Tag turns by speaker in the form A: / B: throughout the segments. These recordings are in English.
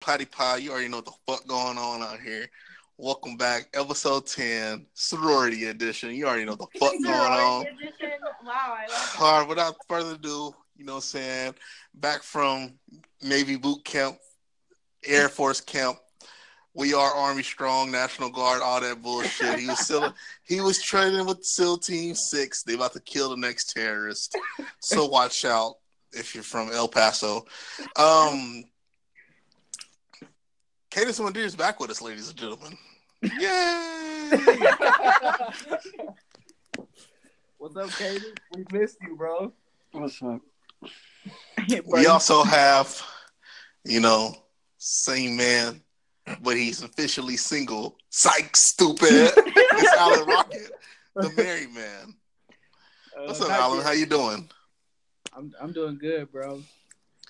A: Potty Pie. You already know what the fuck going on out here. Welcome back, episode 10, sorority edition. You already know what the fuck going on.
B: Sorority edition. Wow, I love it.
A: All right, without further ado, you know what I'm saying? Back from Navy boot camp, Air Force camp. We are Army Strong, National Guard, all that bullshit. He was still he was training with SEAL Team Six. They about to kill the next terrorist. So watch out if you're from El Paso. Um Cadence Mandir is back with us, ladies and gentlemen. Yay!
C: What's up, Katie? We missed you, bro.
D: What's up?
A: We also have, you know, same man, but he's officially single. Psych, stupid. it's Alan Rocket, the married man.
C: Uh,
A: What's up,
C: not
A: Alan?
C: yet.
A: How you doing?
C: I'm I'm doing good, bro.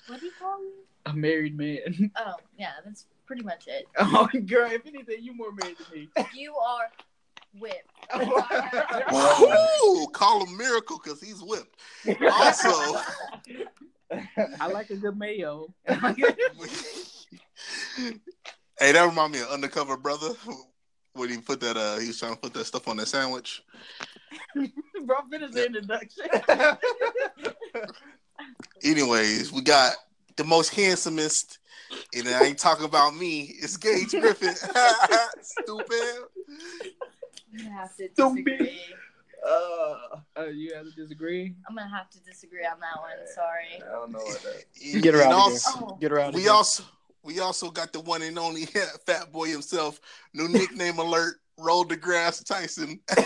B: What do you call me?
C: A married man.
B: Oh, yeah, that's pretty much it.
C: oh, girl, if anything, you more married than me.
B: You are whipped.
A: Woo! Call him miracle because he's whipped. Also,
C: I like a good mayo.
A: hey, that remind me of undercover brother when he put that. Uh, he was trying to put that stuff on that sandwich.
C: bro, finish the introduction.
A: Anyways, we got the most handsomest, and I ain't talking about me. It's Gage Griffin. Stupid.
B: I'm gonna have to
C: Don't be-
B: disagree.
C: uh, uh, you have to disagree.
B: I'm gonna have to disagree on that one. Sorry.
C: don't know what that.
A: You
D: Get her out of
A: also,
B: Oh,
D: Get her out of
A: We
D: here.
A: also we also got the one and only Fat Boy himself. New nickname alert. Roll DeGrasse Tyson.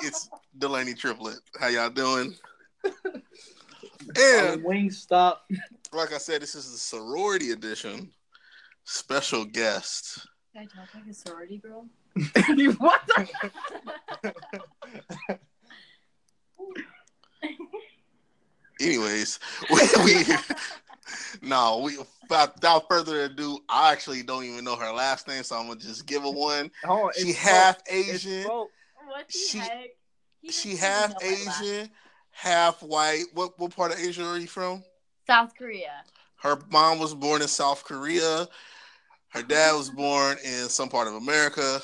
A: it's Delaney Triplet. How y'all doing? And
C: Wing stop.
A: like I said, this is the sorority edition. Special guest.
B: I talk like a sorority girl.
C: what the?
A: Anyways, we, we no, we without further ado, I actually don't even know her last name, so I'm gonna just give her one.
C: Hold on,
A: She
C: it's
A: half
C: folk. It's
A: Asian.
C: folk.
B: What the
A: She-
B: heck? He doesn't
A: She
B: even
A: half
B: know my last-
A: Asian, half white. What what part of Asia are you from?
B: South Korea.
A: Her mom was born in South Korea. Her dad was born in some part of America.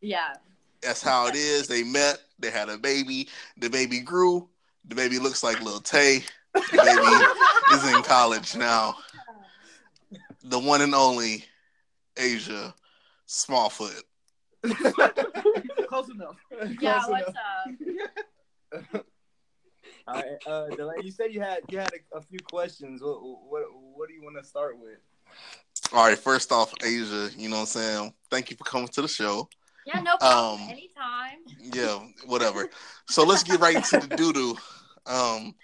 B: Yeah.
A: That's how it is. They met. They had a baby. The baby grew. The baby looks like Lil Tay. The baby is in college now. The one and only Asia Smallfoot.
C: Close enough.
B: Yeah,
C: Close
B: what's
C: enough.
B: up?
E: All right, uh, Delaney, you said you had you had a, a few questions. What what what do you want to start with?
A: All right, first off, Asia, you know what I'm saying? Thank you for coming to the show.
B: Yeah, no problem.
A: Um,
B: Anytime.
A: yeah, whatever. So let's get right to the doo doo. Um,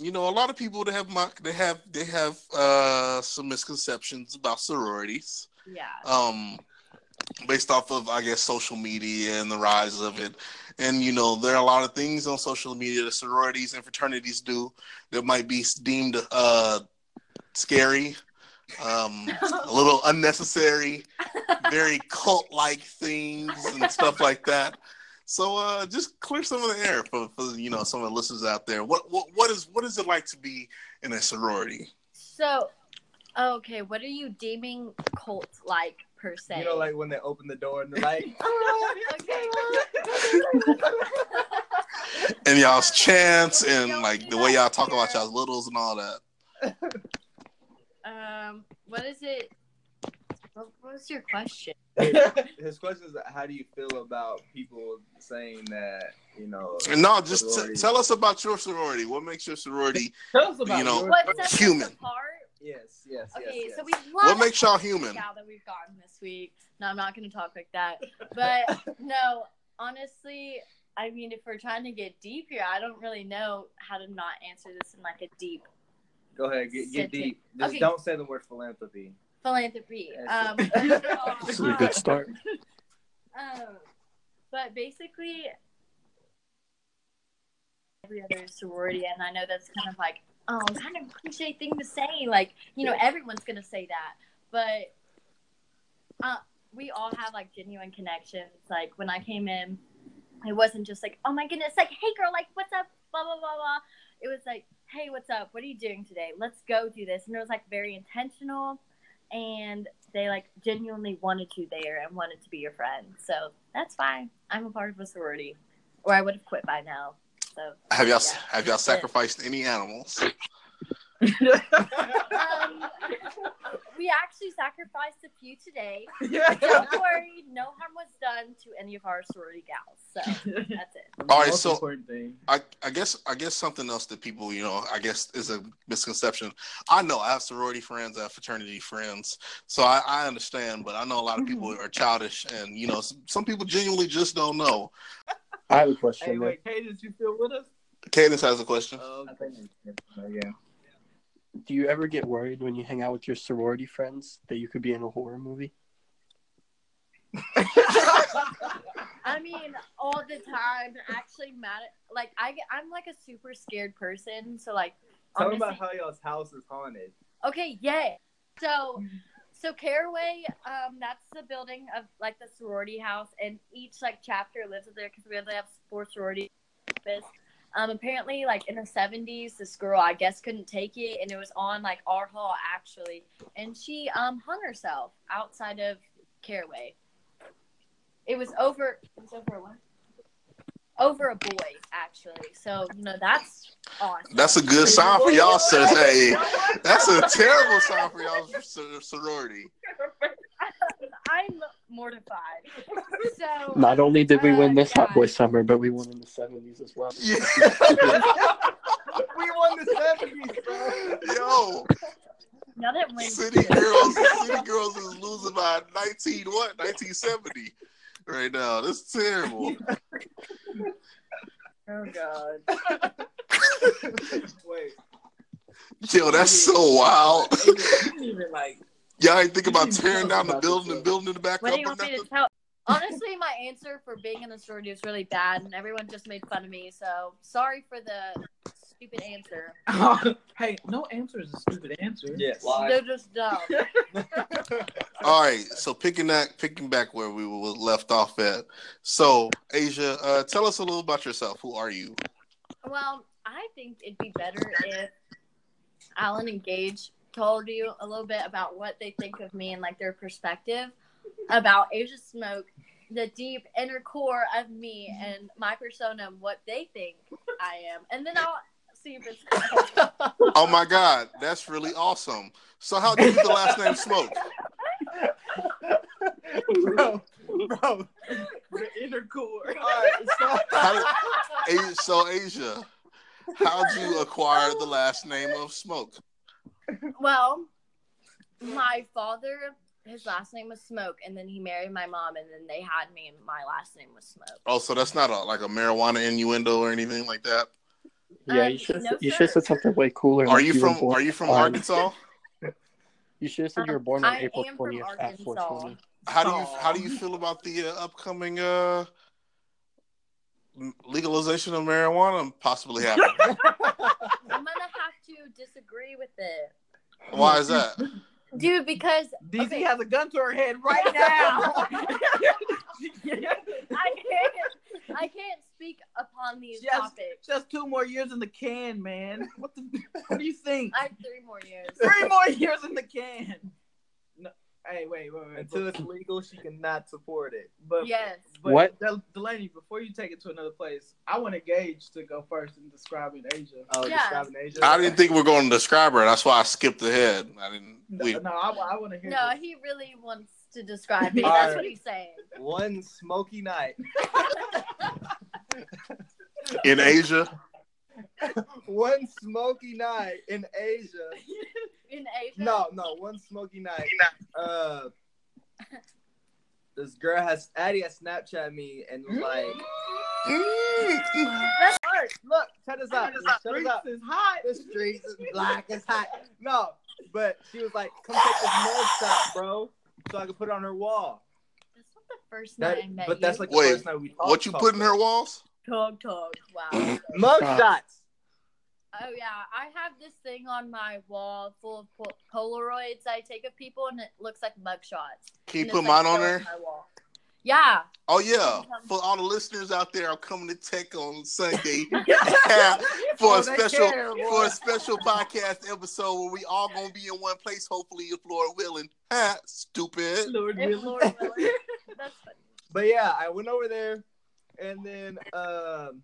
A: you know, a lot of people that have mock, they have they have uh, some misconceptions about sororities,
B: Yeah.
A: um, based off of I guess social media and the rise of it. And you know, there are a lot of things on social media that sororities and fraternities do that might be deemed uh, scary, um, a little unnecessary very cult like things and stuff like that. So uh, just clear some of the air for, for you know some of the listeners out there. What what what is what is it like to be in a sorority?
B: So, okay, what are you deeming cult like per se?
E: You know, like when they open the door and they're like,
B: okay.
A: And y'all's chants and like the way y'all talk about y'all's littles and all that.
B: um, what is it? What what was your question?
E: his question is, how do you feel about people saying that? You know,
A: And no, just t- tell us about your sorority. What makes your sorority?
C: Tell us about
A: You know-
C: yours.
B: What sets
A: Human.
B: us apart?
E: yes, yes, yes.
B: Okay,
E: yes.
B: so we love
A: What makes y'all
B: all the
A: human?
B: Yeah, that we've gotten this week. No, I'm not gonna talk like that. But no, honestly, I mean, if we're trying to get deep here, I don't really know how to not answer this in like a deep
E: go ahead, get,
B: Sit
E: get deep. Just
B: Okay.
E: don't say the word philanthropy.
B: philanthropy. Um,
E: That's
D: This is a good start.
B: Um, but basically, every other sorority, and I know that's kind of like, oh, kind of cliche thing to say. Like, you know, everyone's gonna say that, but uh, we all have like genuine connections. Like when I came in, it wasn't just like, oh my goodness, like, hey girl, like, what's up, blah blah blah blah. It was like, hey, what's up? What are you doing today? Let's go do this. And it was like very intentional. And they like genuinely wanted you there and wanted to be your friend. So that's fine. I'm a part of a sorority, or I would have quit by now. So
A: Have y'all
B: Yeah.
A: have y'all sacrificed any animals?
B: um, we actually sacrificed a few today.
C: yeah.
B: Don't worry, no harm was done to any of our sorority gals. So that's it.
A: All right,
C: Most
A: so-
C: important thing.
A: I, I guess I guess something else that people you know I guess is a misconception. I know I have sorority friends, I have fraternity friends, so I, I understand. But I know a lot of people are childish, and you know some, some people genuinely just don't know.
D: I have a question.
C: Hey, wait, Cadence, you still with us?
A: Cadence has a question.
C: Oh,
E: I think it's- yeah.
D: Do you ever get worried when you hang out with your sorority friends that you could be in a horror movie?
B: I mean, all the time. Actually, mad at, like I, get- I'm like a super scared person. So like,
E: Tell me
B: honestly,
E: about how y'all's house is haunted.
B: okay, yay. So, so Caraway, um, that's the building of like the sorority house, and each like chapter lives there because we only have four sorority campus. Um, apparently, like in the '70s, this girl I guess couldn't take it, and it was on like our hall actually, and she um hung herself outside of Caraway. It was over. It was over what? Over a boy, actually. So you know that's awesome.
A: That's a good sign for y'all, sis. Hey, that's a terrible sign for y'all sor- sorority.
B: I'm mortified. So
D: Not only did we win this
B: Uh,
D: Hot Boy Summer, but we won in the 70s as well.
A: Yeah.
E: we won the seventies, bro.
A: Yo,
B: now that when
A: City Girls, City Girls is losing by nineteen what nineteen seventy right now. That's terrible.
B: oh god,
E: Wait,
A: Yo, that's so
C: Oh,
A: wild.
E: it didn't even like
A: Y'all ain't think about tearing down the building and building it back
B: what
A: up
B: do you
A: or
B: want me to
A: nothing?
B: tell? Honestly, my answer for being in the sorority was really bad, and everyone just made fun of me. So sorry for the stupid answer.
C: hey, no answer is a stupid answer.
E: yes.
B: They're just dumb.
A: All right, so picking that, picking back where we were left off at. So, Asia, uh, tell us a little about yourself. Who are you?
B: Well, I think it'd be better if Alan and Gage told you a little bit about what they think of me and like their perspective about Asia Smoke, the deep inner core of me and my persona, and what they think I am, and then I'll see if it's.
A: Oh my God, that's really awesome. So, how do you get the last name Smoke?
E: bro, bro.
C: The inner core.
E: Alright, so
A: How did, A- so, Asia, how'd you acquire the last name of Smoke?
B: Well, my father, his last name was Smoke, and then he married my mom, and then they had me, and my last name was Smoke.
A: Oh, so that's not a, like a marijuana innuendo or anything like that.
D: Yeah,
B: Uh,
D: you should
B: no,
D: you
B: sir.
D: should have said something way cooler.
A: Are
D: like
A: you
D: were
A: from
D: born-
A: Are you from
D: um,
A: Arkansas?
D: You should have said you were
B: Um,
D: born on
B: I
D: April
B: am from
D: 20th at
B: Arkansas.
D: 420.
A: How do you How do you feel about the uh, upcoming uh, m- legalization of marijuana possibly happening?
B: I'm gonna have to disagree with it.
A: Why is that?
B: Dude, because
C: DC
B: Okay.
C: has a gun to her head right now.
B: I can't, I can't speak upon these
C: Yes.
B: topics.
C: Just two more years in the can, man. What the? What do you think?
B: I have three more years.
C: Three more years in the can. No, hey, wait, wait, wait.
E: Until it's legal, she cannot support it.
C: but,
B: Yes.
C: But
D: What?
C: Del- Delaney, before you take it to another place, I want to gauge to go first in describing Asia.
E: Oh,
B: Yeah.
E: describing Asia.
A: I didn't think we are going to describe her. That's why I skipped ahead. I didn't.
C: No,
A: We,
C: no, I, want to hear.
B: No,
C: this.
B: he really wants to describe me.
E: All
B: That's
E: right.
B: what he's saying.
E: One smoky night.
A: in Asia,
E: One smoky night in Asia.
B: In Asia.
E: No, no, one smoky night. Uh, this girl has Addie has Snapchat me and was like,
B: Mm. That's hard.
E: look, shut us up, shut us
C: Streets
E: up.
C: is hot.
E: The streets is black, it's hot. No, but she was like, come take this mugshot, bro, so I can put it on her wall.
B: That's not the first night
E: That,
B: I met
E: but that's
B: you.
E: like the
A: Wait,
E: first night we talked.
A: what you put in her walls?
B: Talk, talk. Wow.
E: Mugshots.
B: Oh yeah, I have this thing on my wall full of pol- Polaroids I take of people, and it looks like mugshots.
A: Can you
B: And
A: put
B: it's, like,
A: mine on
B: still
A: there?
B: my wall. Yeah.
A: Oh yeah, for all the listeners out there, I'm coming to Tech on Sunday for
E: Oh,
A: a
E: they
A: special
E: care, boy.
A: for a special podcast episode where we all gonna be in one place, hopefully if Lord willing. Ha, stupid.
C: Lord
B: If
C: willing.
B: Lord willing. That's funny.
E: But yeah, I went over there, and then um,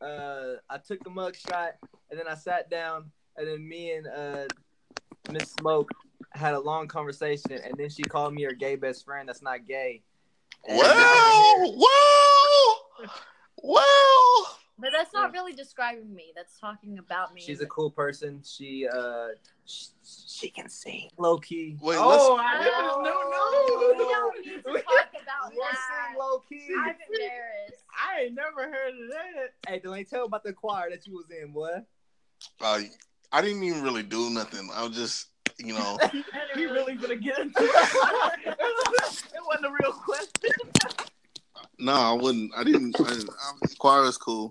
E: uh, I took the mug shot, and then I sat down, and then me and uh, Miss Smoke had a long conversation, and then she called me her gay best friend. That's not gay. And-
A: Well, well, well.
B: But that's not really describing me. That's talking about me.
E: She's a cool person. She uh, she, she can sing low key.
A: Wait,
C: oh,
A: let's-
C: I
B: We
C: never, no, no.
B: don't need to talk about
E: We'll
B: that.
E: sing low key.
B: I'm embarrassed.
C: I ain't never heard of that.
E: Hey, Delaney, tell about the choir that you was in, boy.
A: Uh, I didn't even really do nothing. I was just, you know,
C: He really gonna get into it. it wasn't a real question.
A: no, I wouldn't. I didn't. I, didn't- I, choir is cool.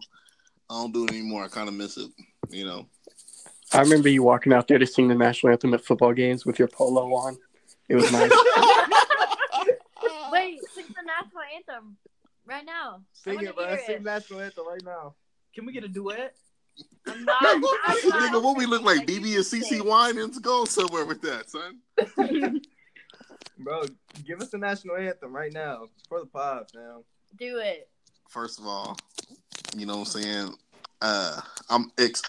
A: I don't do it anymore. I kind of miss it. You know.
D: I remember you walking out there to sing the national anthem at football games with your polo on. It was nice.
B: Wait, sing the national anthem right now. I
E: Sing
B: wanna
E: it, bro.
B: hear
E: Sing
B: it.
E: national anthem right now.
C: Can we get a duet?
B: I'm not. I'm not
A: Nigga, what we look like?
B: okay.
A: BB and CC Wine and go somewhere with that, son.
E: Bro, give us the national anthem right now for the pod, now.
B: Do it.
A: First of all, you know what I'm saying? Uh, I'm ex,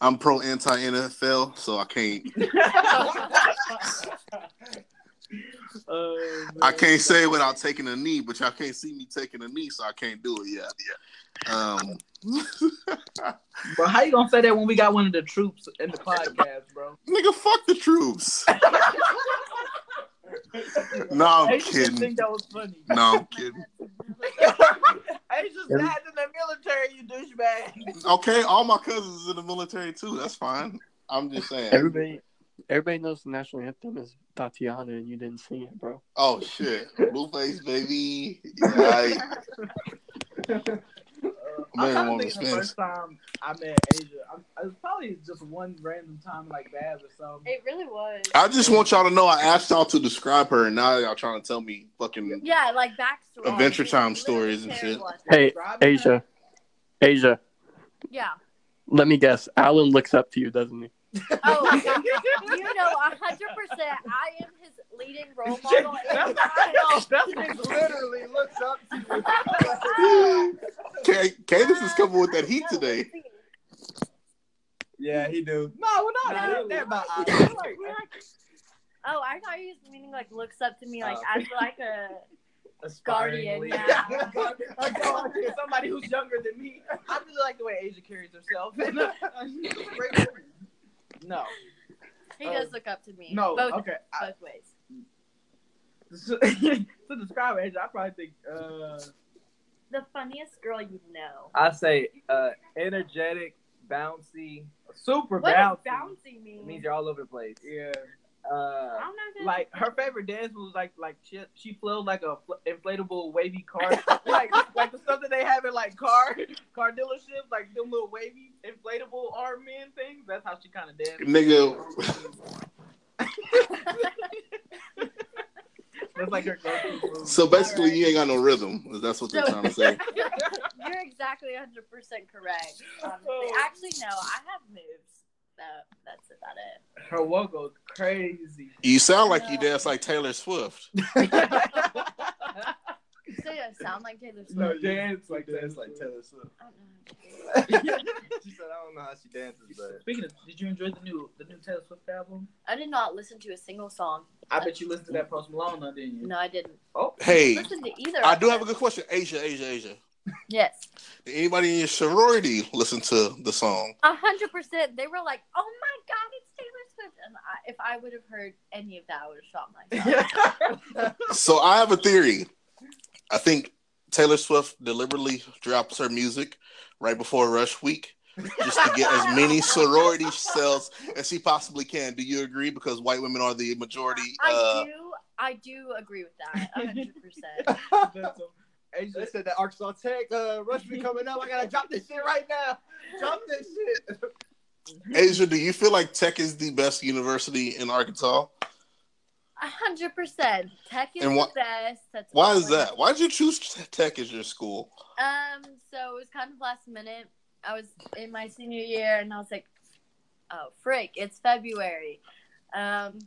A: I'm pro anti NFL, so I can't.
C: Uh,
A: I can't say it without taking a knee, but y'all can't see me taking a knee, so I can't do it yet. Yeah. Um,
C: Bro, how you gonna say that when we got one of the troops in the podcast, bro?
A: Nigga, fuck the troops. no, I'm
C: Asians just
A: kidding.
C: think that was funny.
A: No, I'm kidding.
C: Asians died in the military, you douchebag.
A: Okay, all my cousins is in the military too. That's fine. I'm just saying.
D: Everybody, everybody knows the national anthem is Tatiana, and you didn't sing it, bro.
A: Oh shit, blueface baby. Yeah, I-
C: I'm
A: Man,
C: trying
A: one
C: to
A: of those
C: think of the
A: things.
C: first time I met Asia. I'm, it was probably just one random time, like Babs or something.
B: It really was.
A: I just want y'all to know I asked y'all to describe her, and now y'all trying to tell me fucking.
B: Yeah, like backstory.
A: Adventure
B: It's
A: Time
B: literally
A: stories and shit.
B: terrible.
D: Hey,
C: Robin-
D: Asia, Asia,
B: Yeah.
D: let me guess. Alan looks up to you, doesn't he?
B: Oh, you know, hundred percent. I am his leading role model. and I know-
C: That's
E: It literally looks up to you.
A: Kay, Candace is coming with that heat today.
E: yeah, he do.
C: No, we're not.
B: No.
C: They're about
B: Like,
C: eyes.
B: Oh, I thought you was meaning like looks up to me like
E: Oh.
B: as like a Guardian,
E: Aspiringly.
B: yeah.
C: A guardian, Somebody who's younger than me. I really like the way Asia carries herself. no,
B: he
C: Oh.
B: does look up to me.
C: no,
B: both,
C: okay. I,
B: both ways.
C: so, to describe Asia, I probably think uh,
B: The funniest girl you know.
E: I say uh, energetic, bouncy.
C: super
B: What does
C: bouncy.
B: bouncy mean?
E: It means you're all over the place.
C: Yeah,
B: I
E: Uh,
B: don't know. if that's-
C: like her favorite dance was like like she she flowed like a fl- inflatable wavy car, like like the stuff that they have in like car car dealerships, like them little wavy inflatable arm men things. That's how she kind of danced.
A: Nigga,
C: That's like her go-to move.
A: so basically you ain't got no rhythm. That's what they're trying to say.
B: You're exactly 100 percent correct. Honestly.
C: Oh.
B: Actually, no, I have moves. So that's about it.
C: her walk goes crazy.
A: You sound like you dance like Taylor Swift.
B: So you don't sound like Taylor Swift.
E: No,
C: you dance like
E: dance
C: Taylor
E: like
C: Swift.
E: Taylor Swift.
B: I don't know how to do it.
E: She said, I don't know how she dances, but
C: Speaking of, did you enjoy the new the new Taylor Swift album?
B: I did not listen to a single song.
C: I bet you listened to that Post Malone, though, didn't you?
B: No, I didn't
C: Oh,
A: Hey,
B: listen to either.
A: I
B: of
A: do
B: them.
A: have a good question. Asia, Asia, Asia.
B: Yes,
A: Did anybody in your sorority listen to the song?
B: a hundred percent. They were like, "Oh my God, it's Taylor Swift!" And I, if I would have heard any of that, I would have shot
A: Uh.
B: myself.
A: So I have a theory. I think Taylor Swift deliberately drops her music right before Rush Week just to get as many sorority cells as she possibly can. Do you agree? Because white women are the majority.
B: I
A: Uh,
B: do, I do agree with that, a hundred percent.
C: That's a-
E: Asia said that Arkansas Tech uh, rush be coming up. I gotta drop this shit right now. Drop this shit.
A: Asia, do you feel like Tech is the best university in Arkansas?
B: A hundred percent. Tech is
A: And wha-
B: the best. That's
A: Why
B: all
A: is
B: I-
A: that? Why did you choose tech as your school?
B: Um, so it was kind of last minute. I was in my senior year, and I was like, "Oh, frick! It's February. Um,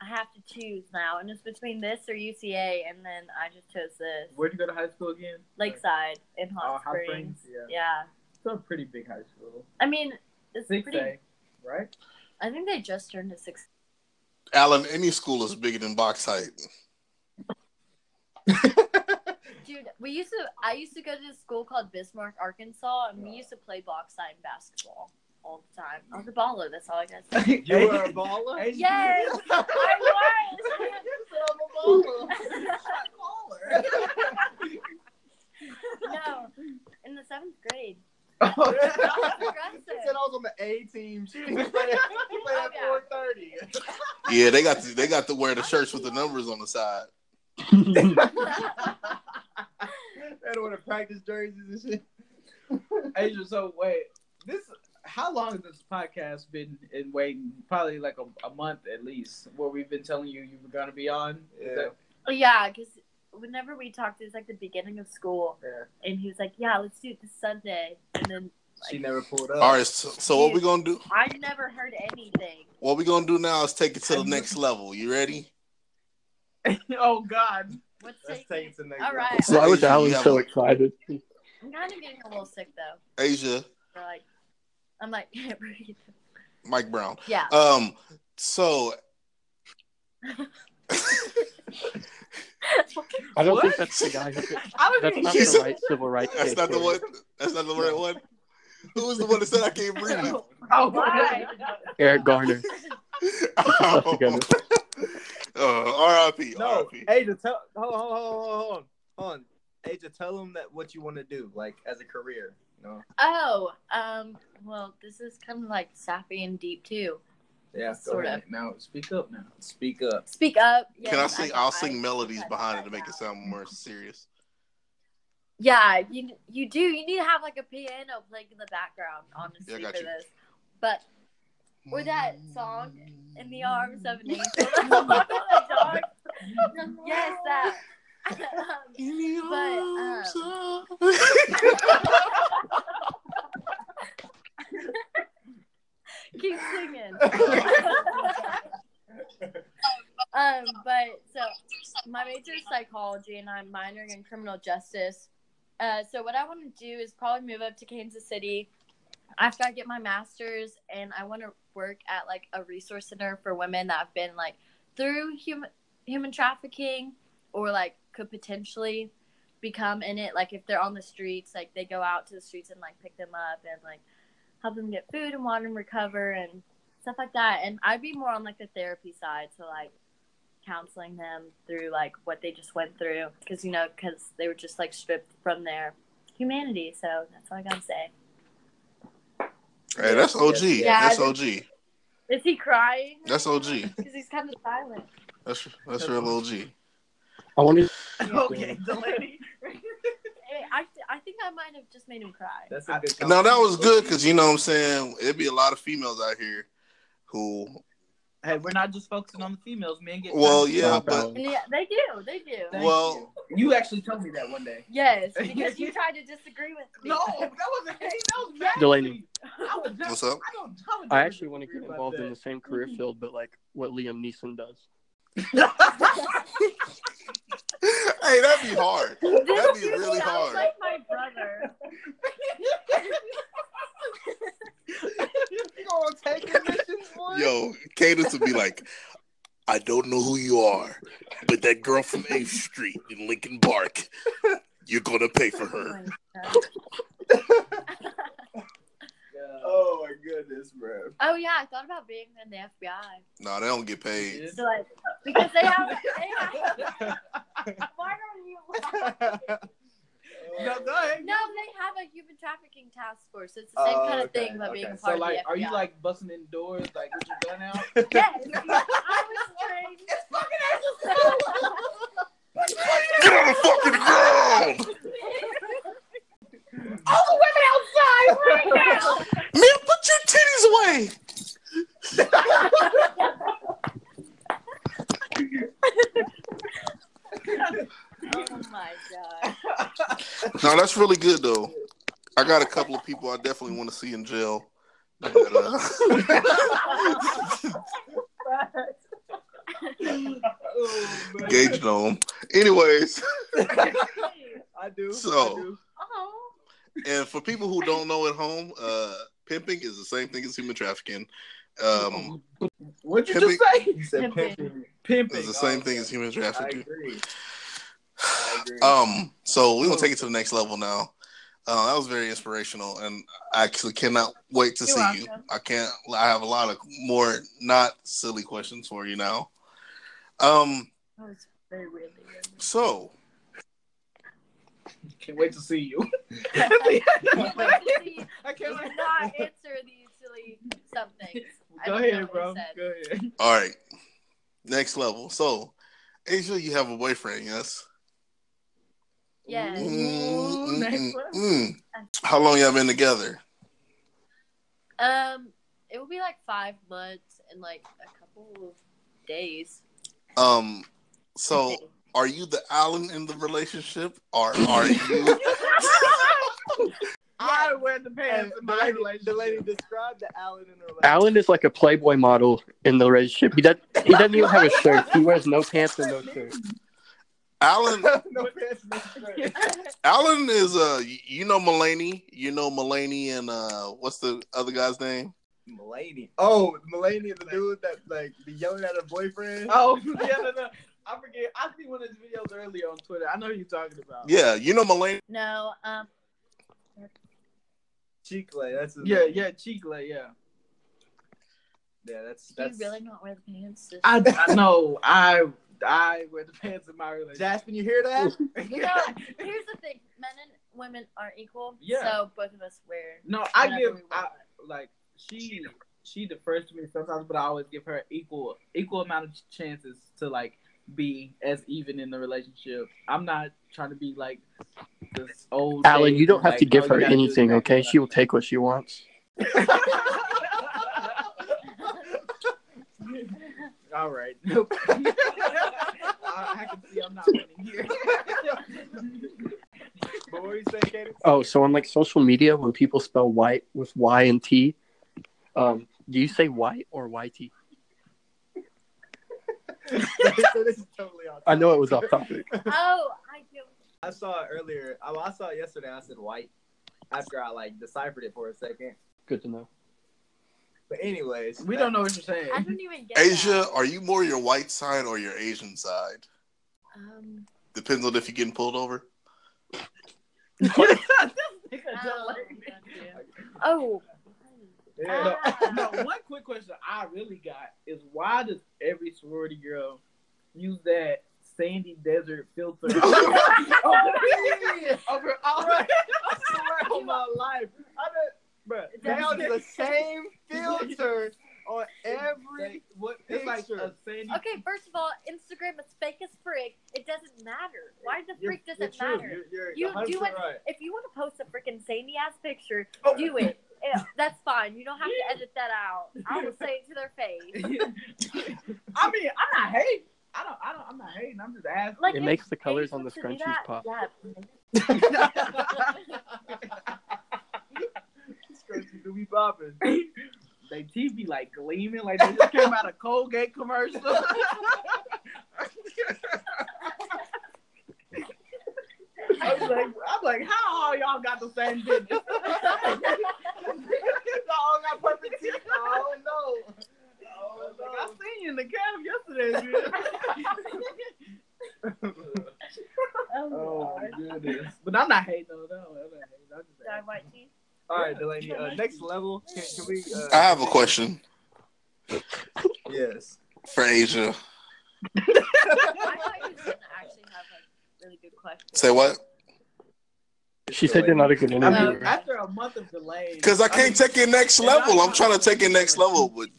B: I have to choose now, and it's between this or UCA." And then I just chose this,
C: Where'd you go to high school again?
B: Lakeside in
C: Oh,
B: Hot
C: Hot
B: Springs.
C: Springs, yeah.
B: yeah,
C: It's a pretty big high school.
B: I mean, it's
C: Six
B: pretty.
C: A, right?
B: I think they just turned to six.
A: Alan, any school is bigger than box height.
B: Dude, we used to. I used to go to this school called Bismarck, Arkansas, and we used to play box side basketball all the time. I was a baller. That's all I got. to say.
E: You were a baller.
C: Hey,
B: Yes, I was.
C: I'm a baller. Shot
B: No, in the seventh grade.
C: caller.
B: Progressive.
E: He said I was on the A team. She played at, she played
C: Oh,
E: at
B: Yeah.
E: 430.
A: Yeah, they got to, they got to wear the shirts with the numbers on the side.
E: They wore the practice jerseys and shit.
C: Asia, so wait, this how long has this podcast been in waiting? Probably like a, a month at least, where we've been telling you you were gonna be on. Is
E: Yeah.
C: that-
B: yeah, because whenever we talked, it was like the beginning of school,
E: Yeah.
B: and he was like, "Yeah, let's do it this Sunday," and then
C: she never pulled up.
A: All right, so, so what we gonna do?
B: I never heard anything.
A: What we gonna do now is take it to the next level. You ready?
C: oh God.
B: What's
E: Let's
B: taking-
E: take it to the next
B: All right,
D: Why was Alan
A: Yeah.
D: so excited?
B: I'm kind of getting a little sick though.
A: Asia,
B: So, like, I'm like, can't breathe.
A: Mike Brown.
B: Yeah.
A: Um, so
D: I don't
C: What?
D: think that's the guy. Who, that's
C: I don't
D: not
C: even.
D: the right civil rights.
A: that's not the
D: campaign.
A: one. That's not the right one. Who was the one that said I can't breathe?
C: Oh
B: Why?
D: Eric Garner. Stuff together.
A: Uh, RIP.
E: No,
A: RIP.
E: Aja, tell hold on, hold on, hold on, hold on. Aja, tell them that what you want to do, like as a career. You know?
B: Oh, um, well, this is kind of like sappy and deep too.
E: Yeah.
B: Sort of.
C: Now speak up now.
E: Speak up.
B: Speak up.
A: Can I
B: Yes,
A: sing? I, will sing
B: I-
A: melodies
B: I-
A: behind it
B: I-
A: to make it sound more serious.
B: Yeah, you you do. You need to have like a piano playing in the background, honestly,
A: got
B: for
A: you.
B: this. But Or that song, in the arms of an angel, the dog. Yes, that. Um,
A: In the
B: But, um,
A: arms of-
B: Keep singing. um, but so my major is psychology, and I'm minoring in criminal justice. Uh, so what I want to do is probably move up to Kansas City after I get my master's, and I want to work at like a resource center for women that have been like through human human trafficking, or like could potentially become in it. Like if they're on the streets, like they go out to the streets and like pick them up and like help them get food and water and recover and stuff like that. And I'd be more on like the therapy side, so like counseling them through like what they just went through because you know because they were just like stripped from their humanity. So that's all I gotta say.
A: hey, that's OG.
B: Yeah,
A: that's
B: I
A: OG.
B: Is he crying?
A: That's OG.
B: Because he's kind of silent.
A: That's that's real OG.
D: I want to.
C: Okay, Delaney.
B: I, I think I might have just made him cry.
E: That's a good.
A: Now that was good because you know what I'm saying it'd be a lot of females out here who,
C: Hey, we're not just focusing on the females. Men get.
A: well,
C: time.
A: yeah,
D: Stop,
A: but
D: Alan.
B: And yeah, they do. They do.
C: Thank
A: well,
C: you. you actually told me that one day.
B: Yes, because you tried to disagree with me.
C: No, that wasn't hate. That was nasty.
D: Delaney.
C: I was just,
A: what's up?
C: I don't. I, would
D: I
C: never
D: actually want to
C: disagree
D: get
C: about
D: involved in
C: that.
D: the same career field, but like what Liam Neeson does.
A: hey, that'd be hard.
B: This
A: That'd be
B: dude
A: really
B: sounds
A: hard.
B: Like my brother.
E: You gonna take admissions one?
A: Yo, Cadence would be like, I don't know who you are, but that girl from 8th Street in Lincoln Park, you're gonna pay for
B: Oh
A: her.
C: Yeah.
E: Oh my goodness, bro.
B: Oh yeah, I thought about being in the FBI.
A: No, they don't get paid.
B: So like, because they have, they have why don't you?
C: No, go ahead.
B: No, they have a human trafficking task force. It's the same
E: Oh,
B: kind of
E: okay,
B: thing, but being a
E: okay.
B: part
C: So
B: of
C: like,
B: the FBI.
C: are you like busting in doors, like with your gun out?
B: Yes, I was trained. It's
A: Get on the fucking ground!
B: All the women outside right
A: Man, put your titties away!
B: oh my god.
A: No, that's really good though. I got a couple of people I definitely want to see in jail. But, uh,
E: oh, man.
A: Gage know 'em. Anyways,
E: I do.
A: So-
E: I do.
B: Oh.
A: and for people who don't know at home, uh, pimping is the same thing as human trafficking. Um,
E: What'd you
A: Pimping-
E: just say? You said
B: Pimping.
E: pimping. Pimping.
A: it's the same
E: Oh,
A: thing as human
E: I
A: trafficking.
E: agree. I agree.
A: Um, so we're gonna take it to the next level now. Uh, that was very inspirational, and I actually cannot wait to
B: You're
A: see
B: welcome.
A: you. I can't. I have a lot of more not silly questions for you now. Um,
B: That was very weirdly random.
A: so
E: Can't wait to see you.
B: Can't wait to see
E: I
B: you
E: can't wait.
B: not answer these silly somethings. I
E: Go
B: don't know
E: ahead,
B: what
E: bro.
B: it said.
E: Go ahead.
A: all right, next level. So, Asia, you have a boyfriend, yes?
B: Yes.
A: Mm, mm,
E: next
A: mm,
E: level.
A: mm. How long y'all been together?
B: Um, it will be like five months and like a couple of days.
A: Um, so are you the island in the relationship, or are you?
E: I wear the pants in
C: The
E: my
C: lady-
E: relationship. The lady described the Allen in her
D: Alan is like a Playboy model in the relationship. He does. He doesn't even have a shirt. He wears no pants and no shirt.
A: Alan
E: no pants, no shirt.
A: Alan is uh y- you know Mulaney, you know Mulaney and uh what's the other guy's name?
E: Mulaney. Oh, Mulaney, the dude that like be yelling at her boyfriend.
C: Oh, yeah, no, no. I forget. I see one of his videos earlier on Twitter. I know who you're talking about.
A: Yeah, you know Mulaney.
B: No, um,
E: Chicle, that's his
C: yeah,
E: name.
C: yeah, Chicla, yeah.
E: yeah. That's
B: do you
E: that's.
B: really not wear the pants?
C: I, I know. I I wear the pants in my relationship.
E: Jasmine, you hear that?
B: You know, here's the thing: men and women are equal.
C: Yeah.
B: So both of us wear.
C: No, I
B: whatever
C: give
B: we
C: I,
B: want.
C: like she she defers to me sometimes, but I always give her equal equal amount of chances to like be as even in the relationship. I'm not trying to be like this old
D: Alan,
C: days
D: you don't
C: and,
D: have to
C: like,
D: give
C: oh, you
D: her
C: gotta do
D: anything,
C: exactly
D: okay?
C: what I
D: She will
C: say.
D: take what she wants.
C: All right. Nope. I, I can see I'm not winning here.
E: But what you say, Katie?
D: Oh, so on like social media, when people spell white with Y and T, um, do you say white or YT?
E: so this is totally off.
D: I know it
E: topic.
D: was off topic.
B: oh, I get.
E: I saw it earlier. I, I saw it yesterday. I said white. After I like deciphered it for a second.
D: Good to know.
E: But anyways, uh,
C: We don't know what you're saying.
B: I don't even get
A: Asia,
B: That.
A: are you more your white side or your Asian side?
B: Um,
A: Depends on if you're getting pulled over.
B: oh, oh,
E: Yeah.
B: ah.
C: no, one quick question I really got is why does every sorority girl use that sandy desert filter over,
E: Oh,
C: over all I swear on my life? I don't, bruh,
E: That
B: That's
E: was the same filter on
C: they-
E: every.
C: what it's like a
E: Picture.
C: sandy
B: Okay, first of all, Instagram is fake as frig. It doesn't matter. Why the
E: You're-
B: frick does it
E: you're true.
B: matter?
E: You're,
B: You
E: you're 100%
B: do it-
E: right.
B: If you want to post a freaking sandy ass picture,
E: Oh.
B: do it. Yeah, that's fine. You don't have to edit that out. I will say it to their face.
C: I mean, I'm not hating. I don't. I don't. I'm not hating. I'm just asking.
B: Like
D: It
B: if
D: makes the
B: Katie
D: colors on the
B: wants to do
D: scrunchies
B: that,
D: pop.
B: Yeah,
E: Scrunchie do be popping.
C: they TV like gleaming, like they just came out of Colgate commercial. I was like, I'm like, how all y'all got the same business?
E: all got perfect teeth. Oh no.
C: I was like, I seen you in the cab yesterday. dude.
B: Oh,
E: Oh
B: Lord.
E: my goodness.
C: but I'm not hating though. No, I'm not hating. I'm just
B: Did I
C: asking.
B: white tea?
E: All right, Delaney. Uh, next level. Can, can we? Uh,
A: I have a question
E: Yes.
A: for Asia.
B: I thought you didn't actually have like really good questions.
A: Say what?
D: She said you're not a good
C: I mean,
D: interviewer.
C: after a month of delay,
A: Because I
C: mean,
A: can't take it next level. I'm trying to take it next level, but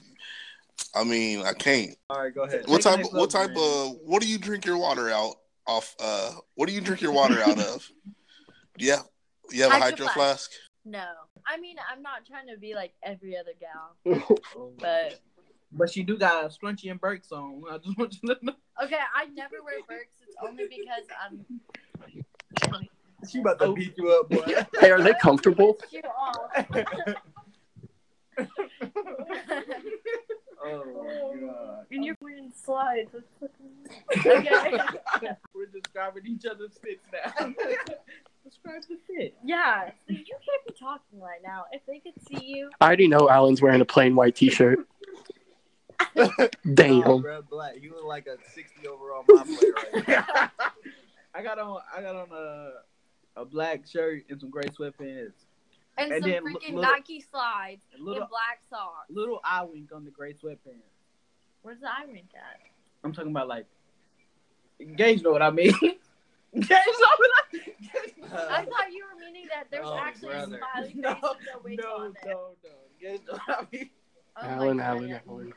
A: I mean I can't.
E: All right, go ahead.
A: What
C: Take it
A: type?
C: next
A: What
C: level,
A: type
C: man.
A: of? What do you drink your water out off? Uh, what do you drink your water out of? Yeah, you have a hydro
B: Hydro flask.
A: flask.
E: Oh,
B: No, I mean I'm not trying to be like every other gal, but
C: But she do got a scrunchy and Burke song. I just want you to know.
B: Okay, I never wear Birks. It's only because I'm.
E: She about to beat you up, boy.
D: Hey, are they comfortable?
B: You off.
E: oh god.
B: and you're wearing slides. That's fucking- Okay.
C: We're describing each other's fits now. Describe the fit.
B: Yeah, so you can't be talking right now. If they could see you,
D: I already know Alan's wearing a plain white T-shirt.
E: Oh,
C: Oh.
D: Damn.
E: bro, Oh, black. You look like a 60 overall mop player right now.
C: I got on I got on a a black shirt and some gray sweatpants.
B: and,
C: And
B: some
C: then
B: freaking
C: look-
B: Nike slides
C: A little
B: and black socks.
C: little eye wink on the gray sweatpants.
B: Where's the eye rink at?
C: I'm talking about like Gage know what I mean. Gage know what I mean.
B: I thought you were meaning that there's
E: Oh,
B: actually
E: brother.
B: a smiley face
C: No,
B: with no wig
C: no,
B: on it.
C: no, no. Gage know what I mean.
B: Oh my
D: Alan,
B: God,
D: Alan,
B: yeah.
D: Alan.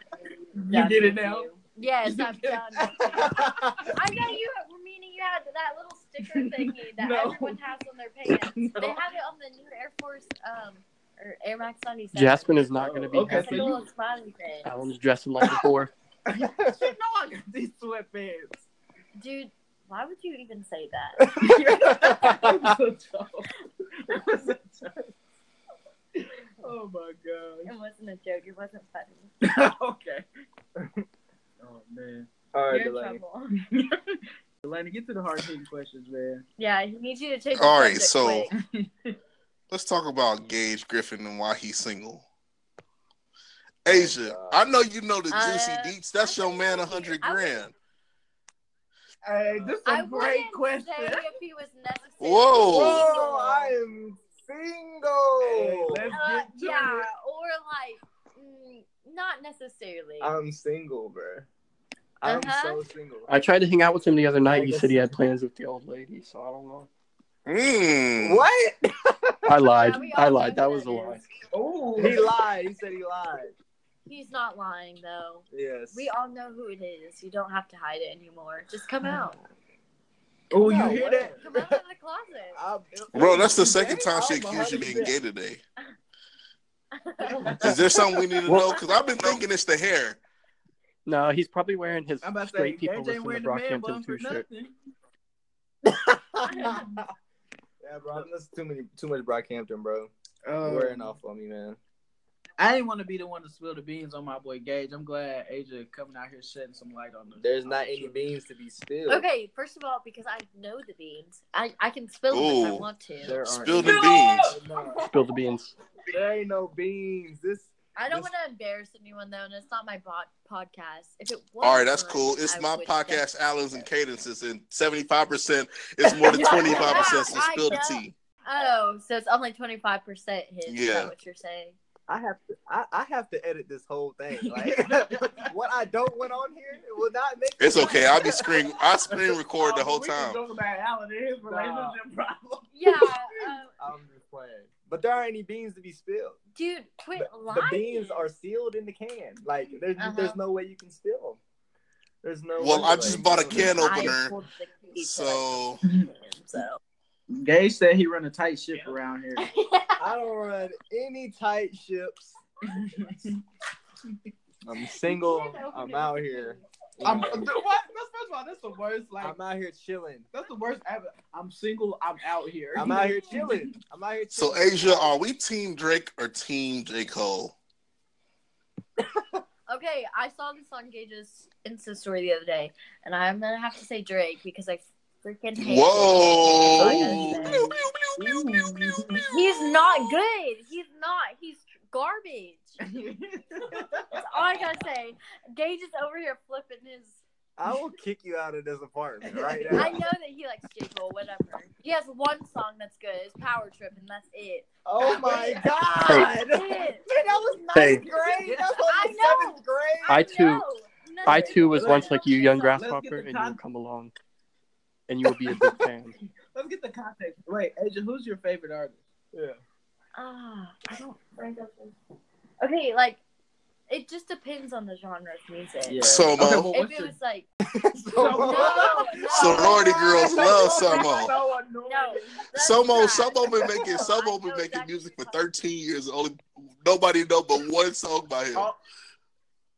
C: You
B: Done
C: get it
B: with
C: now?
B: you. Yes,
C: You
B: I'm
C: get it.
B: done. with you. I know you were meaning you had that little sticker thingy that
C: No.
B: everyone has on their pants. They
C: No.
B: have it on the new Air Force um or Air Max 97.
D: Jasmine is not going to be
C: Oh, okay,
B: It's like
D: happy.
B: a little smiley face.
D: Alan's dressing like a whore.
C: She know I got these sweatpants.
B: Dude, why would you even say that?
C: It's a joke. It's a joke. oh my
B: It wasn't a joke. It wasn't funny.
C: god. okay. Oh man.
E: All right,
B: You're in
E: Delaney.
B: trouble.
C: Delaney, get to the hard hitting questions, man.
B: Yeah, he needs you to take.
A: All
B: All
A: right,
B: right,
A: so- Let's talk about Gage Griffin and why he's single. Asia,
E: Oh,
A: I know you know the juicy
B: Uh,
A: deets. That's your man, a hundred
B: I would-
A: grand.
E: Hey,
C: this is
B: I
C: a
B: wouldn't
C: great question.
B: say if he was necessary.
A: Whoa.
B: Oh.
E: Whoa, I am
C: Hey,
E: single.
C: let's
B: Uh,
C: get to
B: yeah,
C: it.
B: or like, mm, not necessarily.
E: I'm single, bro. I'm
B: Uh-huh.
E: so single.
D: I tried to hang out with him the other night. He said he had plans with the old lady, so I don't know.
A: Mm.
E: What?
D: I lied.
B: Yeah, we all
D: I
B: know
D: lied. That
B: who
D: was a
B: that
D: lie.
B: is.
C: Oh,
E: He lied. He said he lied.
B: He's not lying though.
E: Yes.
B: We all know who it is. You don't have to hide it anymore. Just come
C: Mm.
B: out.
C: oh, you
E: No,
C: hear
E: what?
C: that?
B: Come out of the closet.
E: I'm-
A: Bro, that's the second
E: Gay?
A: time she
E: I'm
A: accused you of being
E: 100%.
A: gay today. Is there something we need to know? Because I've been thinking it's the hair.
D: No, he's probably wearing his
C: I'm about to say,
D: straight people
C: Gage ain't
D: listen to
C: wearing the man
D: Brockhampton
C: bun for
D: two shirt.
C: nothing.
E: Yeah, bro. I'm listening to too many, too much Brockhampton, bro.
C: Oh.
E: Wearing off on me, man.
C: I didn't want to be the one to spill the beans on my boy Gage. I'm glad Asia coming out here shedding some light on the.
E: There's
C: on
E: not
C: the
E: any
C: truth.
E: beans to be spilled.
B: Okay, first of all, because I know the beans, I, I can spill them if I
A: Ooh.
B: want to.
E: There aren't
A: Spill the
E: any.
A: beans.
E: No,
D: Spill the beans.
E: there ain't no beans. This
B: I don't
E: This-
B: want to embarrass anyone though, and it's not my bot- podcast. If it was,
A: All right, that's
B: mine,
A: cool. It's
B: I
A: my
B: would
A: podcast,
B: definitely-
A: Allen's and Cadences, and 75% is more than 25%, so
B: I
A: spill the
B: know.
A: tea.
B: Oh, so it's only twenty five percent his. Yeah,
A: Yeah.
B: what you're saying.
E: I have to. I, I have to edit this whole thing. Like what I don't want on here will not make.
A: It's okay. I'll be screen, I screen record the
C: Oh,
A: whole
C: we can
A: time.
C: joke about Alan and his relationship problem.
B: Yeah, um,
E: I'm just playing. But there aren't any beans to be spilled.
B: dude, quit
E: The,
B: lying.
E: the beans are sealed in the can. Like there's
B: Uh-huh.
E: there's no way you can spill them. There's no.
A: Well,
E: way,
A: I just
E: like-
A: bought a can
B: I
A: opener,
B: pulled the key to
A: so
B: it, so.
C: Gage said he run a tight ship around here.
E: I don't run any tight ships. I'm single. I'm out here.
C: I'm, what? That's first of all, that's the worst. Like
E: I'm out here chilling.
C: that's the worst ever. I'm single. I'm out here.
E: I'm out here chilling. I'm out here. Chilling.
A: so Asia, um, are we Team Drake or Team J Cole?
B: Okay, I saw this on Gage's Insta story the other day, and I'm gonna have to say Drake because I freaking hate.
A: Whoa!
B: him. He's not good. He's not. He's garbage. That's all I gotta say. Gage is over here flipping his.
E: I will kick you out of this apartment right now.
B: I know that he likes J Cole, whatever. He has one song that's good. It's Power Trip, and that's it.
E: Oh my
B: That's
E: god!
B: it.
E: Man, that was ninth
D: Hey.
E: grade. That
B: I
E: was
B: know.
E: like seventh grade.
D: I too-
B: know. No,
D: I too was
B: no,
D: once
B: no,
D: like you,
B: no,
D: young
B: no.
D: grasshopper, and you will come along, and you will be a big fan.
C: Let's get the context. Wait, Asia, who's your favorite artist?
E: Yeah.
B: Ah, I don't think that's it. Okay, like it just depends on the genre of music.
A: Somo.
C: Okay, well,
B: If
C: what's
B: it
C: your-
B: was like
E: So-
B: no,
A: Sorority girls love Somo.
C: So annoying.
B: no, that's
A: Somo,
B: not-
A: Somo been making
B: No, I
A: Somo been
B: know
A: making
B: exactly
A: music for
B: what-
A: 13 years. Only nobody know but one song by him.
C: Oh,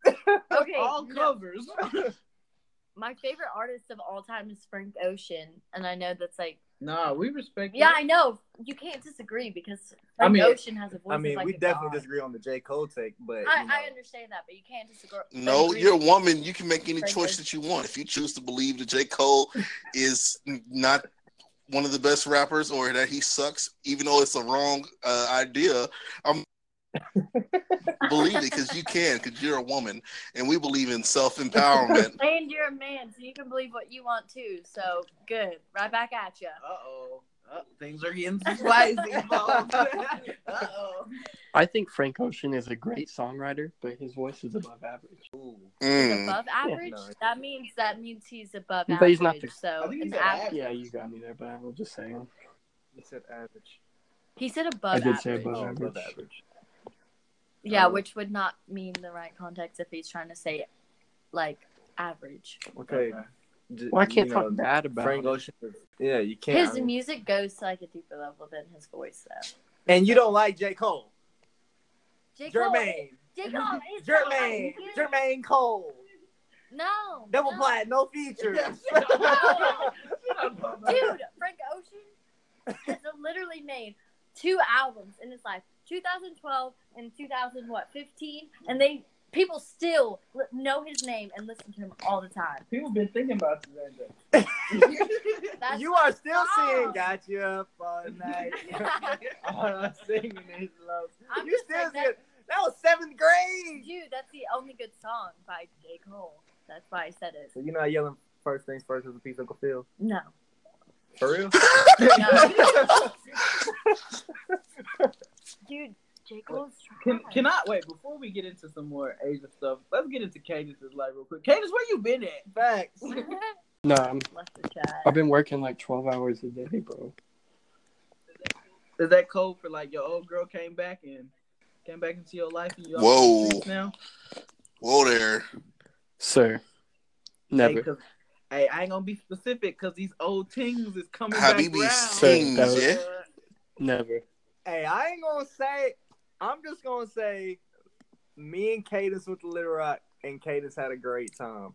B: Okay,
C: All
B: no.
C: covers.
B: my favorite artist of all time is Frank Ocean, and I know that's like,
C: nah, we respect.
B: yeah,
C: that.
B: I know you can't disagree because
E: I
B: Frank
E: mean-
B: Ocean has a voice.
E: I
B: that's
E: mean,
B: like
E: we
B: a
E: definitely
B: god.
E: disagree on the J. Cole take, but you
B: I,
E: know,
B: I understand that, but you can't disagree.
A: No,
B: disagree
A: you're a
B: with-
A: woman. You can make any
B: Frank
A: choice
B: Ocean.
A: that you want. If you choose to believe that J. Cole is n- not one of the best rappers or that he sucks, even though it's a wrong uh, idea, I'm believe it because you can because you're a woman and we believe in self empowerment.
B: And you're a man, so you can believe what you want too. So good, right back at you.
C: Uh oh. Things are getting spicy. uh oh.
D: I think Frank Ocean is a great songwriter, but his voice is above average.
E: ooh,
A: Mm.
B: Above average.
E: no, it's-
B: that means that means he's above
D: But
B: average.
D: he's not
B: so
C: I think
B: an
C: he's
B: av-
C: at average.
D: Yeah, you got me there, but I was just saying.
E: he said average.
B: he said
D: I
B: above
D: did
B: average.
D: say above
E: Oh,
D: average.
E: above average.
B: Yeah,
E: Um,
B: which would not mean the right context if he's trying to say like average.
E: Okay. d-
D: Well, I can't
E: you
D: talk
E: know,
D: bad about
E: Frank
D: it.
E: Ocean. is- Yeah, you can't. I
B: His
E: mean-
B: music goes to like a deeper level than his voice though.
E: and you don't like J. Cole,
B: J. Cole-
E: Jermaine,
B: J. Cole is
E: Jermaine,
B: not-
E: Jermaine Cole,
B: No.
E: double
B: no.
E: plat, no features.
B: Dude, Frank Ocean has literally made two albums in his life, 2012 and 2000 what 15, and they people still li- know his name and listen to him all the time.
C: People been thinking about you,
B: That's
E: you are still seeing
B: Oh.
E: "Got You Up All Night."
C: All I'm singing is love.
B: I'm
E: you
B: just
E: still
B: like,
E: seeing.
B: that,
E: That was seventh grade.
B: dude, that's the only good song by J. Cole. That's why I said it.
E: So you're not yelling first things first as a piece of Phil.
B: No.
E: For real?
B: no. Dude, J. Cole's
C: Can,
B: trash.
C: can I wait before we get into some more Asia stuff? Let's get into Cadis's life real quick. Cadis, where you been at?
E: Facts.
D: No, I'm,
B: Left the chat.
D: I've been working like 12 hours a day, bro.
C: Is that cold for like your old girl came back and came back into your life and you all
A: Whoa.
C: streets now?
A: Whoa there.
D: Sir,
C: Hey,
D: never.
C: 'cause- hey, I ain't gonna be specific because these old things is coming
A: Habibi
C: back
D: sings,
C: around.
A: yeah?
D: Never.
E: Hey, I ain't gonna say. I'm just gonna say, me and Cadence with the Little Rock, and Cadence had a great time.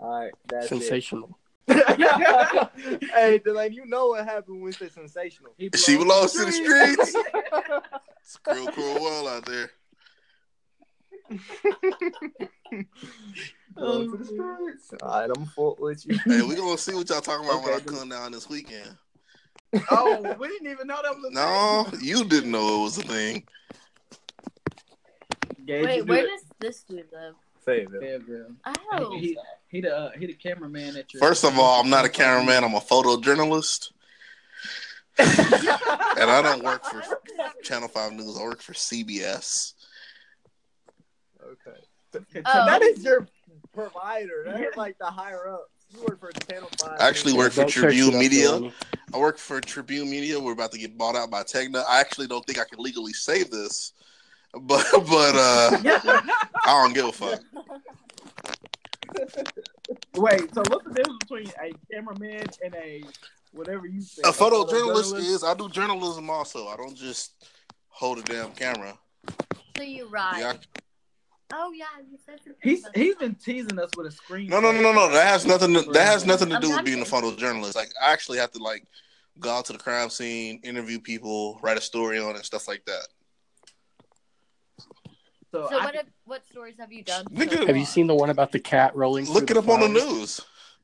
E: All right, that's
D: Sensational.
E: it. hey, like you know what happened when it's sensational.
C: He
A: She belongs to the streets.
C: streets.
A: It's a real cruel world out there.
E: Go to the streets. All right, I'm full with you.
A: Um, Hey, we're gonna see what y'all talking about when I
E: Okay.
A: come down this weekend.
C: oh, we didn't even know that was a
A: No, you didn't know it was a thing.
C: thing. Gage, you
B: Wait,
C: do
B: where
C: it.
B: does this dude live?
E: Save it.
C: Yeah, bro.
B: Oh,
C: He, he the uh, he the cameraman at your.
A: First of all, I'm not a cameraman. I'm a photojournalist, and I don't
B: Oh,
A: work for Channel Five News. I work for CBS.
E: Okay.
A: Um,
B: Oh.
E: That is your provider. That is like the higher ups. You work for Channel Five.
A: I actually work for
D: Don't search
A: Tribune
D: it up,
A: Media.
D: Delaney.
A: I work for Tribune Media. We're about to get bought out by Tegna. I actually don't think I can legally say this, but but uh, I don't give a fuck.
C: Wait, so what's the difference between a cameraman and a whatever you say?
A: A photojournalist is I do journalism also. I don't just hold a damn camera.
B: so you ride.
A: Yeah,
B: Oh yeah, you said something
C: He's
B: about
C: he's been teasing us with a screen.
A: No, no, no, no, no. That has nothing. To, that has nothing to
B: I'm
A: do with
B: not-
A: being a photojournalist. Like, I actually have to like go out to the crime scene, interview people, write a story on, it, and stuff like that.
B: So
C: So, I
B: what
C: can-
B: have, what stories have you done?
A: Nigga,
B: so
D: Have you
B: far?
D: seen the one about the cat rolling?
A: Look it
D: through
A: up on the news.
D: flowers?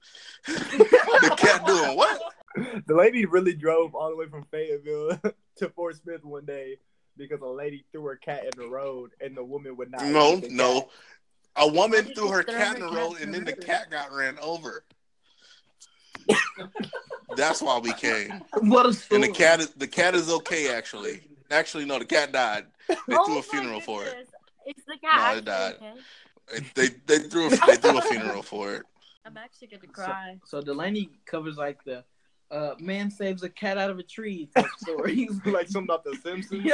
A: the cat doing what?
E: The lady really drove all the way from Fayetteville to Fort Smith one day because a lady threw her cat in the road and the woman would not.
A: No,
E: let the
A: no.
E: cat.
A: A woman
B: Why
A: threw
B: did
A: her
B: you throw
A: cat in
B: her
A: the
B: cat
A: road,
B: in
A: and
B: the
A: then the
B: road?
A: cat got ran over. That's why we came.
C: what a story.
A: And the cat is the cat is okay actually. Actually, no, the cat died. They
B: Oh
A: threw
B: my
A: a funeral for it.
B: goodness. It's the
A: No,
B: cat.
A: it
B: actually,
A: died.
B: okay?
A: They they threw a, they threw a funeral for it.
B: I'm actually gonna cry.
C: So Delaney covers like the uh, man saves a cat out of a tree type stories.
E: like something about the Simpsons.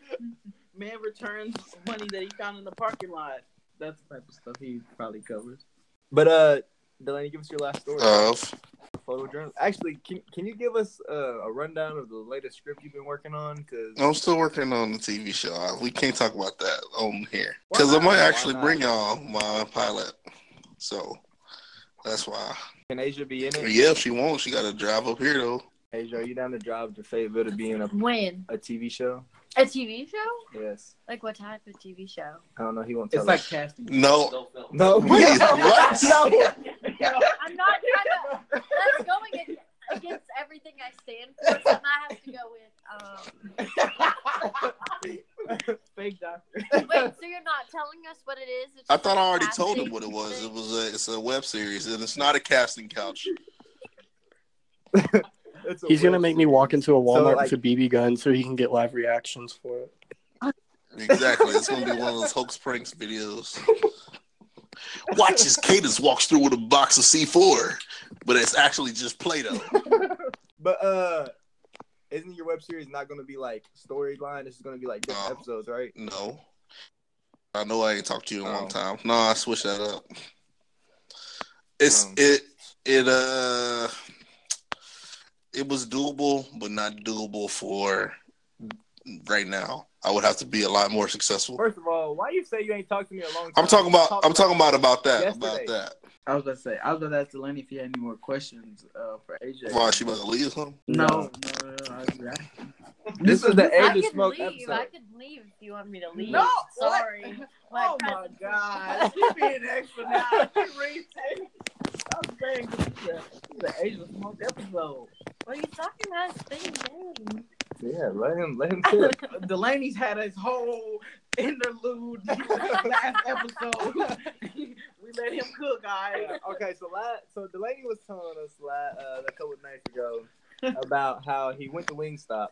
C: man returns money that he found in the parking lot. That's the type of stuff he probably covers.
E: But uh, Delaney, give us your last story.
A: Of
E: photojournalist. Actually, can can you give us uh, a rundown of the latest script you've been working on? Because
A: I'm still working on the TV show. We can't talk about that on here because I might
E: Why
A: actually
E: not?
A: bring y'all my pilot. So that's why.
E: can Asia be in it?
A: Yeah, if she won't, she got to drive up here though.
E: Asia, are you down to drive to Fayetteville to be in a,
B: When
E: a TV show?
B: a TV show?
E: Yes.
B: Like what type of TV show?
E: I don't know. He won't tell
C: It's like casting.
A: No,
E: us. no.
A: Wait, what?
B: I'm not trying to. That's going ag- against everything I stand for. So I might have to go with.
C: Fake doctor.
B: Um... Wait, so you're not telling us what it is? It's
A: I
B: just
A: thought I
B: like
A: already
B: casting
A: told him what it was.
B: thing?
A: It was a it's a web series and it's not a casting couch.
E: It's a
D: He's gonna
E: web
D: make me walk into a Walmart
E: like-
D: with a BB gun so he can get live reactions for it.
A: Exactly. It's gonna be one of those hoax pranks videos. Watch as Cadence walks through with a box of C4, but it's actually just Play-Doh.
E: But uh, isn't your web series not going to be like storyline? This is going to be like different
A: No.
E: episodes, right?
A: No. I know I ain't talked to you in a
E: Oh.
A: long time. No, I switched that up. It's
E: Um.
A: it it uh it was doable, but not doable for right now. I would have to be a lot more successful.
E: First of all, why you say you ain't talked to me a long time?
A: I'm talking about I'm talking about about that
E: Yesterday.
A: about that.
C: I was gonna say. I was gonna ask Delaney if he had any more questions uh, for AJ.
A: Why she about to leave something?
C: No, no, no, no, I was gonna-
E: This is the
B: I
E: age of
B: could
E: smoke
B: leave.
E: episode.
B: I could leave if you want me to leave.
C: No, what?
B: sorry.
C: Oh my
B: presence-
C: god, she being extra now. She retakes. I'm saying this is a- this is an Asian smoke episode.
B: What are you talking about? It's been good.
E: Yeah, let him let him sit.
C: Delaney's had his whole interlude last episode. we let him cook, guys.
E: okay, so la so Delaney was telling us la uh, a couple of nights ago about how he went to Wingstop.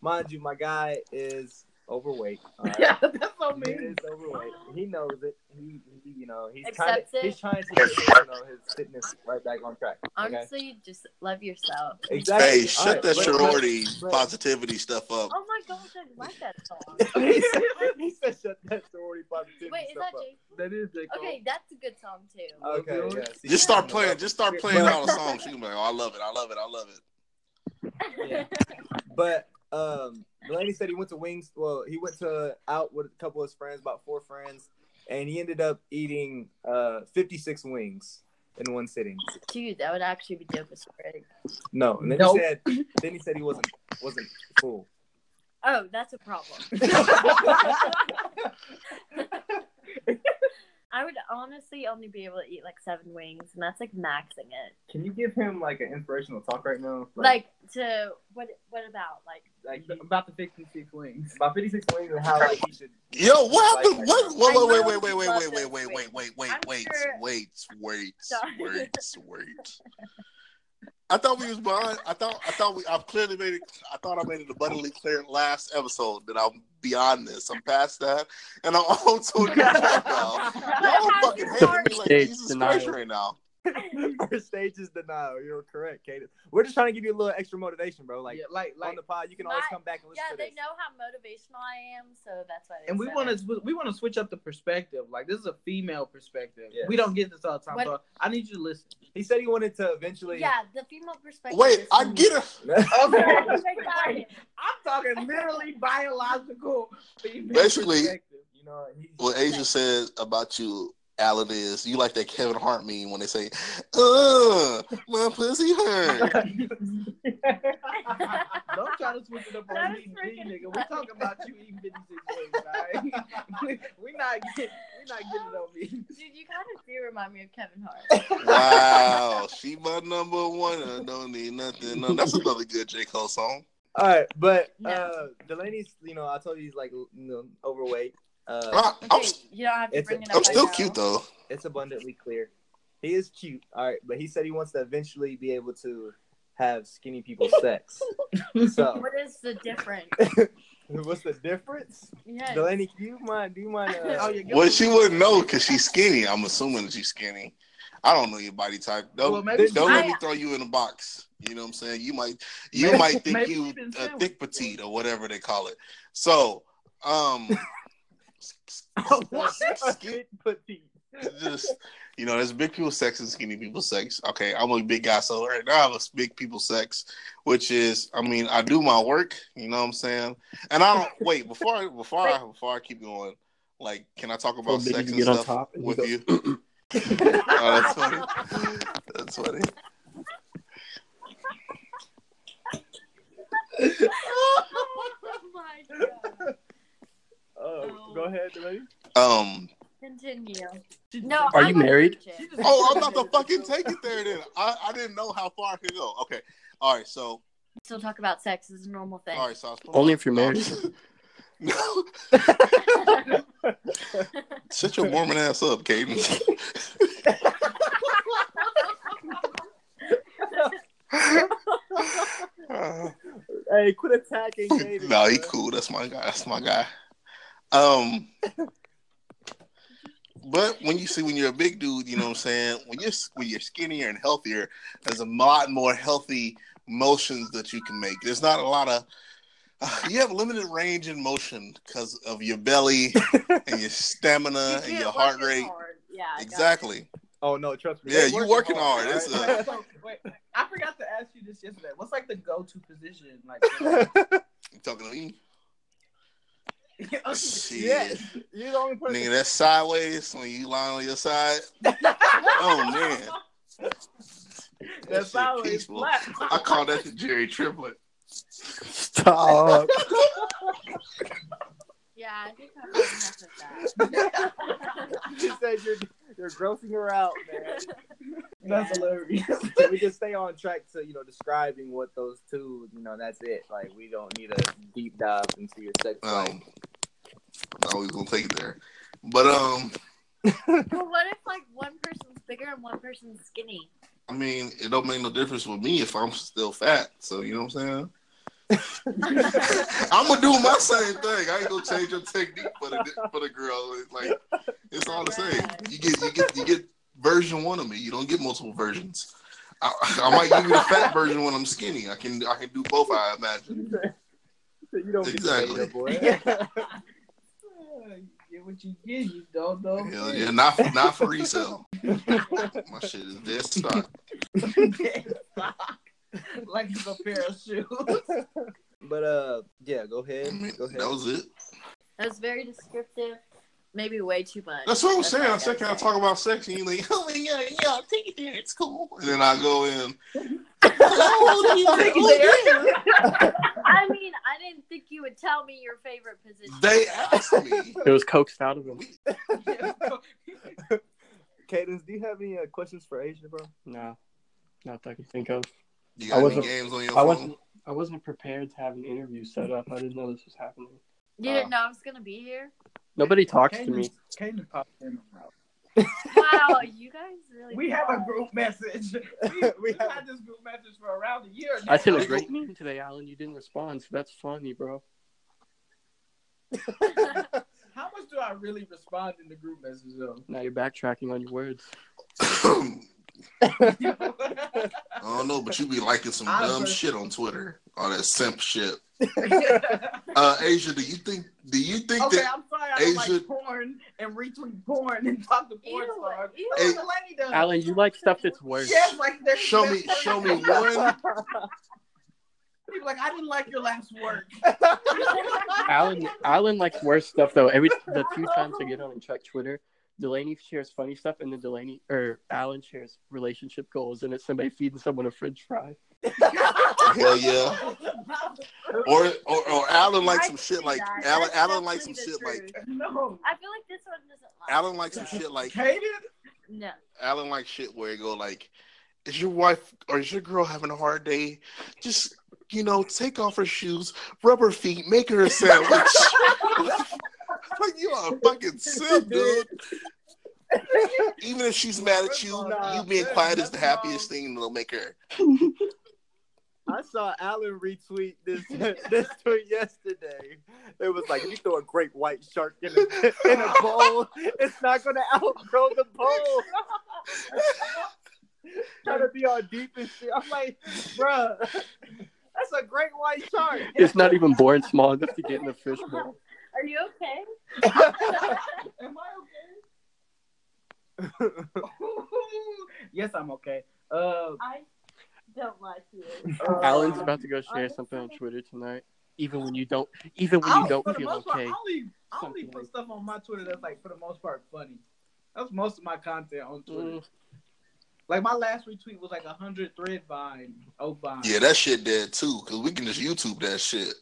E: Mind you, my guy is overweight. all right?
C: Yeah, that's so
E: He
C: mean.
E: is overweight. He knows it. He, he you know, he's trying.
B: Accepts
E: To,
B: it.
E: he's trying to get you know, his fitness right back on track. Okay.
B: Honestly, just love yourself.
E: Exactly.
A: Hey,
E: All
A: shut
E: right,
A: that
E: but-
A: sorority
E: but-
A: positivity stuff up.
B: Oh my gosh, I like that song.
E: he said, he said shut that sorority positivity
B: Wait, is that
E: stuff up. Oh,
B: Jake?
C: That is J. Cole.
B: Okay, that's a good song too.
E: Okay, yeah. see,
A: Just
E: I
A: start
E: don't
A: playing.
E: know.
A: Just start playing
E: But-
A: all the songs. She gonna be like, "Oh, I love it. I love it. I love it."
E: Yeah. But um, Delaney said he went to Wings. Well, he went to out with a couple of his friends, about four friends, and he ended up eating uh 56 wings in one sitting.
B: Dude, that would actually be dope as frick.
E: No, and then
C: Nope.
E: he said, then he said he wasn't wasn't full.
B: Oh, that's a problem. I would honestly only be able to eat like seven wings, and that's like maxing it.
E: Can you give him like an inspirational talk right now?
B: Like to what? What about like?
E: like he-
C: about the 56 wings.
E: about 56 wings and how like he should.
A: Yo, what
E: Like
A: happened?
E: that.
A: What? Whoa, wait, wait,
B: I
A: wait, wait,
B: love
A: wait,
B: this
A: wait, wait, wait, wait, wait,
B: I'm
A: wait,
B: sure-
A: wait, wait,
B: Sorry.
A: wait, wait. I thought we was behind. I thought I thought we. I've clearly made it. I thought I made it abundantly clear last episode that I'm beyond this. I'm past that, and I'm on to a new track now. Y'all
B: How
A: fucking
B: you
A: hating
B: start-
A: me like
D: Stage
A: Jesus
D: denial.
A: Christ right now.
E: Our stage is denial. You're correct, Kaden. We're just trying to give you a little extra motivation, bro. Like
C: Like, like,
E: on
C: like,
E: the pod, you can always
B: My-
E: come back and listen
B: Yeah,
E: to
B: they
E: this.
B: know how motivational I am, so that's why. They
C: and we
B: said
C: want
B: it.
C: to we want to switch up the perspective. Like, this is a female perspective.
E: Yes.
C: We don't get this all the time.
B: What-
C: So I need you to listen.
E: He said he wanted to eventually.
B: Yeah, the female perspective.
A: Wait,
B: is
A: I
B: me.
A: get it.
C: Okay,
B: Wait,
C: I'm talking literally biological female
A: Basically-
C: perspective.
E: You know, he,
A: what Asia said about you, Alan, is you like that Kevin Hart meme when they say, "Ugh, my pussy hurt."
C: Don't try to switch it up on
B: That
C: me,
B: is
C: G,
B: freaking-
C: nigga. We're talking about you eating 56 wings, alright? we not get, we not getting it on me.
B: Dude, you kind of do remind me of Kevin Hart.
A: Wow, she my number one. I don't need nothing. No, that's another good J Cole song.
E: All right, but
B: No.
E: uh, Delaney's, you know, I told you he's like you know, overweight. Uh,
A: I, am
B: Okay, you don't have to
E: it's-
B: bring it up.
A: I'm
B: right
A: still
B: now.
A: cute though.
E: it's abundantly clear. He is cute, all right, but he said he wants to eventually be able to have skinny people sex. so,
B: What is the difference?
E: what's the difference?
B: Yes.
E: Delaney, do you mind? Do you mind? Uh,
C: Oh, yeah, give
A: Well,
C: us-
A: she wouldn't know because she's skinny. I'm assuming that she's skinny. I don't know your body type. Don't
C: Well, maybe
A: don't let
B: I-
A: me throw you in a box. You know what I'm saying? You might you
C: Maybe-
A: might think
C: maybe
A: you
C: she been
A: a
C: sandwiched.
A: thick petite or whatever they call it. So, um,
E: what?
A: skin-
E: Petite.
A: just You know, there's big people sex and skinny people sex. Okay, I'm a big guy, so right now I have a big people sex, which is, I mean, I do my work. You know what I'm saying? And I don't wait before I, before I, before I keep going. Like, can I talk about
D: Told me
A: sex
D: to
A: and
D: get on
A: stuff
D: top and you
A: with
D: go,
A: you? oh, that's funny. That's funny.
B: oh my god.
E: Oh, go ahead, lady.
A: Um.
B: Continue. No,
D: Are
B: I
D: you
B: wanna
D: married?
B: preach it.
A: Oh, I'm about to fucking take it there. Then I, I didn't know how far I could go. Okay. All right. So
B: Still talk about sex is a normal thing.
A: all right. So I was
D: Only if you're married.
A: no. Shut your Mormon ass up, Caden. Uh,
E: Hey, quit attacking Katie.
A: no, he cool. That's my guy. That's my guy. Um, but when you see when you're a big dude, you know what I'm saying. When you're when you're skinnier and healthier, there's a lot more healthy motions that you can make. There's not a lot of uh, you have limited range in motion because of your belly and your stamina Uh, and
B: You
A: your
B: can't
A: heart
B: work as
A: rate.
B: hard. Yeah. I got
A: Exactly.
E: Oh no, trust me.
A: Yeah,
E: They
A: you working hard. It's
E: right?
A: a-
C: So, wait, I forgot to ask you this yesterday. What's like the go-to position? Like,
A: You talking to me?
C: Oh,
B: Oh,
A: Shit.
E: yes, you're the only person.
A: Nigga, that's sideways when you lying on your side. oh man. That
E: That's
A: shit
E: how it's
A: peaceful.
E: flat.
A: I call that the Jerry Triplet.
D: Stop.
B: Yeah, I think I'm gonna mess with that.
E: You just said you're you're grossing her out, man.
B: Yeah.
C: That's hilarious.
E: So we just stay on track to you know describing what those two. You know, that's it. Like we don't need a deep dive into your sex life.
A: Um, I always gonna take it there, but um,
B: Well, what if like one person's bigger and one person's skinny?
A: I mean, it don't make no difference with me if I'm still fat. So you know what I'm saying? I'm gonna do my same thing. I ain't gonna change your technique for the for the girl. It's like it's all the same. You get you get you get version one of me. You don't get multiple versions. I, I might give you the fat version when I'm skinny. I can I can do both. I imagine.
E: you don't
A: Exactly.
E: get the beta, boy.
C: You get what you get, you don't know.
A: Hell yeah, not for, not for resale. My shit is dead stock.
C: like it's a pair of shoes.
E: but uh, yeah, go
A: I
E: ahead.
A: mean,
E: Go ahead.
A: that was it.
B: That was very descriptive. Maybe way too much.
A: That's what I'm saying.
B: all
A: I said, can I
B: gotta
A: talk about sex? And you're like, oh, yeah, yeah, I'll take it there. It's cool. And then I go in.
B: say. I mean, I didn't think you would tell me your favorite position.
A: They asked me.
D: It was coaxed out of him.
E: Cadence, do you have any uh, questions for Asia, bro?
D: No, not that I can think of.
A: You
D: I
A: got any
D: wasn't-
A: games on your
D: I
A: phone?
D: wasn't. I wasn't prepared to have an interview set up. I didn't know this was happening.
B: You didn't know I was gonna be here.
D: Nobody talks to me.
C: Kaden popped in on that.
B: Wow, you guys really.
C: We have a group message. We, we
E: have-
C: had this group message for around a year.
D: I sent
A: Are
D: a
A: you
D: great meme today, Alan. You didn't respond, so that's funny, bro.
C: How much do I really respond in the group message though?
D: Now you're backtracking on your words.
A: I don't know, but you be liking some
C: I
A: dumb
C: was-
A: shit on Twitter. All that simp shit. Uh, Asia, do you think? Do you think
C: Okay,
A: that?
C: I'm sorry. I don't
A: Asia-
C: like porn and retweet porn and talk to porn
B: Ew,
C: stars.
B: ew.
C: What the lady does?
D: Alan, you like stuff that's worse.
C: Yes, like there's
A: Show me, show me one.
C: People like I didn't like your last work.
D: Alan, Alan likes worse stuff though. Every the few times I get on and check Twitter, Delaney shares funny stuff, and then Delaney or Alan shares relationship goals, and it's somebody feeding someone a French fry.
A: Hell yeah. Or or, or Alan like
B: I
A: some shit
B: see
A: like
B: that.
A: Alan.
B: That's
A: Alan like some
B: definitely
A: shit
B: the
A: like
B: truth.
C: no,
B: I feel like this one doesn't. Like
A: Alan like some shit like
C: Kaden.
B: No.
A: Alan like shit where it go like, is your wife or is your girl having a hard day? Just you know, take off her shoes, rub her feet, make her a sandwich. like you are a fucking simp, dude. Even if she's mad at you, you being quiet is the happiest thing that'll make her.
E: I saw Alan retweet this this tweet yesterday. It was like you throw a great white shark in a, in a bowl, it's not gonna outgrow the bowl. Trying to be all deep and shit. I'm like, bruh, that's a great white shark.
D: It's not even born small enough to get in the fish bowl.
B: Are you okay?
C: Am I okay? yes, I'm okay. Uh,
B: I don't like you.
C: uh,
D: Alan's about to go share
B: Alright,
D: something on
B: okay.
D: Twitter tonight. Even when you don't, even when
C: I'll-
D: you don't
C: Oh, for the
D: feel
C: most part,
D: okay.
C: I only, I only
D: Something
C: put
D: like-
C: stuff on my Twitter that's like for the most part funny. That's most of my content on Twitter.
D: Mm,
C: Like my last retweet was like a hundred thread vine. Oh vine.
A: Yeah, that shit dead too, because we can just YouTube that shit.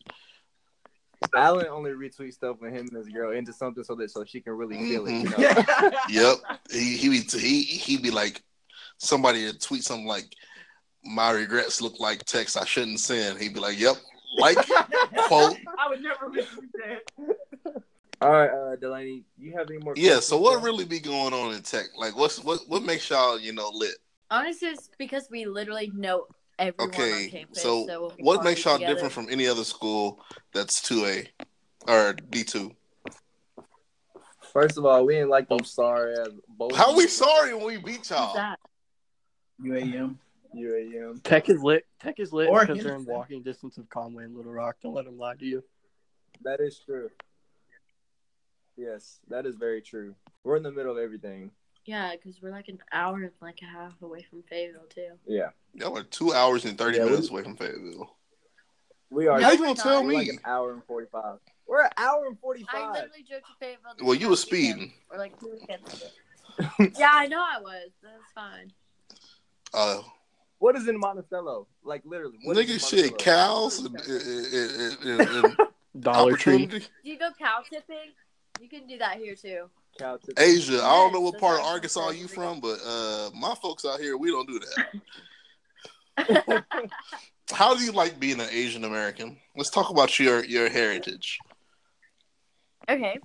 E: Alan only retweets stuff when him and his girl into something so that so she can really feel it. You
A: Mm-hmm.
E: know?
A: Yep. He he be he he be like somebody would tweet something like my regrets look like text I shouldn't send. He'd be like, Yep, like quote.
C: I would never retweet that.
E: All right, uh, Delaney, you have any more?
A: Yeah, so what
E: questions?
A: really be going on in tech? Like what's what what makes y'all, you know, lit?
B: Honestly, it's because we literally know everyone on
A: Okay.
B: campus. So,
A: So
B: when we
A: what
B: party
A: makes y'all
B: together-
A: different from any other school that's two A or D two?
E: First of all, we ain't like those sorry ass. both-
A: How we sorry when we beat
B: Who's
A: y'all?
B: that?
C: UAM.
E: UAM.
D: Tech is lit. Tech is lit
C: Or
D: because they're in
C: Henderson.
D: walking distance of Conway and Little Rock. Don't let them lie to you.
E: That is true. Yes, that is very true. We're in the middle of everything.
B: Yeah, because we're like an hour and like a half away from Fayetteville too.
E: Yeah,
A: Y'all are two hours and thirty
E: Yeah, we-
A: minutes away from Fayetteville.
E: we are.
A: How
B: No,
A: you
B: we're
A: gonna
B: not.
A: tell
E: we're like
A: me?
E: an hour and forty-five. We're an hour and
B: I
E: forty-five.
B: literally drove to Fayetteville. this
A: Well, you
B: past
A: were speeding.
B: weekend, Or like two weekends ago. yeah, I know I was. That's fine.
A: Uh,
E: What is in Monticello? Like literally. what is in
A: nigga, shit,
E: Monticello?
A: cows and, and, and, and, and
D: Dollar Tree.
A: opportunity.
B: Do you go cow tipping? You can do that here too.
E: Cow tip-
A: Asia, I don't know
B: Yes,
A: what
B: that's
A: part of
B: what I'm
A: Arkansas
B: saying.
A: you from, but uh, my folks out here, we don't do that. How do you like being an Asian American? Let's talk about your your heritage.
B: Okay.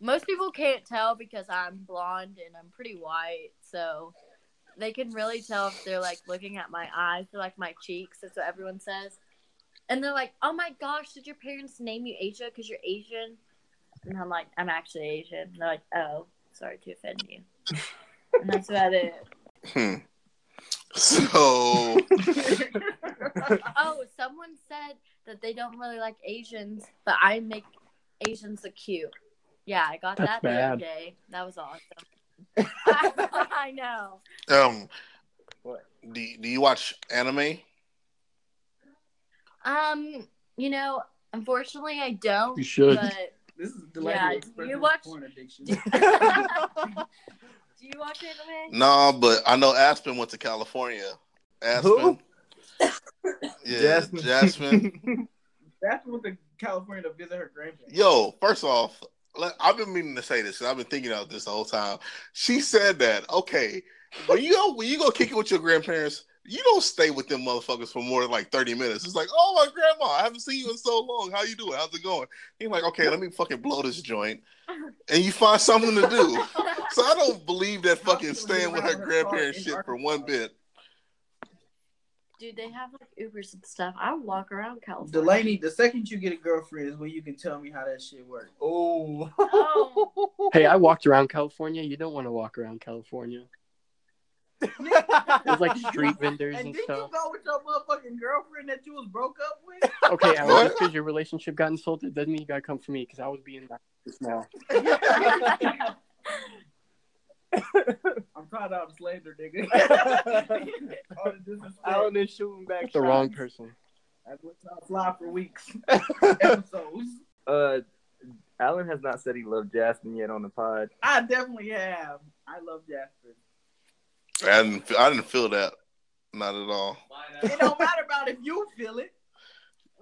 B: Most people can't tell because I'm blonde and I'm pretty white, so they can really tell if they're like looking at my eyes or like my cheeks. That's what everyone says. And they're like, "Oh my gosh, did your parents name you Asia because you're Asian?" And I'm like, "I'm actually Asian." And they're like, "Oh, sorry to offend you." and that's about it.
A: Hmm. So
B: Oh, someone said that they don't really like Asians, but I make Asians look cute. Yeah, I got that
D: That's
B: the
D: bad.
B: other day. That was awesome. I know.
A: um,
E: What?
A: do do you watch anime?
B: Um, you know, unfortunately, I don't.
D: You should.
B: But
C: This is
B: Yeah,
C: delightful. Yeah,
B: you watch-
C: porn addiction.
B: do you watch anime?
A: No, but I know Aspen went to California. Aspen. Yeah,
E: Jasmine.
A: Jasmine.
C: That's what the California to visit her grandparents.
A: Yo, first off, let- I've been meaning to say this. 'cause I've been thinking about this the whole time. She said that. Okay, when you go, when you go kick it with your grandparents, you don't stay with them motherfuckers for more than like thirty minutes. It's like, oh my grandma, I haven't seen you in so long. How you doing? How's it going? You're like, okay, let me fucking blow this joint, and you find something to do. So I don't believe that fucking staying with her grandparents shit for one bit.
B: Dude, they have like Ubers and stuff. I walk around California.
C: Delaney, the second you get a girlfriend is when you can tell me how that shit works.
E: Oh.
B: Oh,
D: Hey, I walked around California. You don't want to walk around California. There's like street vendors
C: And
D: and
C: did you
D: stuff.
C: go with your motherfucking girlfriend that you was broke up with?
D: Okay, Alan,
A: What?
D: just because your relationship got insulted doesn't mean you gotta come for me because I was being nice just now.
C: I'm proud I'm slander, nigga. All the disrespect.
E: Alan is shooting back.
D: The wrong
E: shots.
D: person.
C: I've looked out fly for weeks. Episodes.
E: Uh, Alan has not said he loved Jasmine yet on the pod.
C: I definitely have. I love Jasper.
A: I didn't, I didn't feel that, not at all.
C: It don't matter about if you feel it.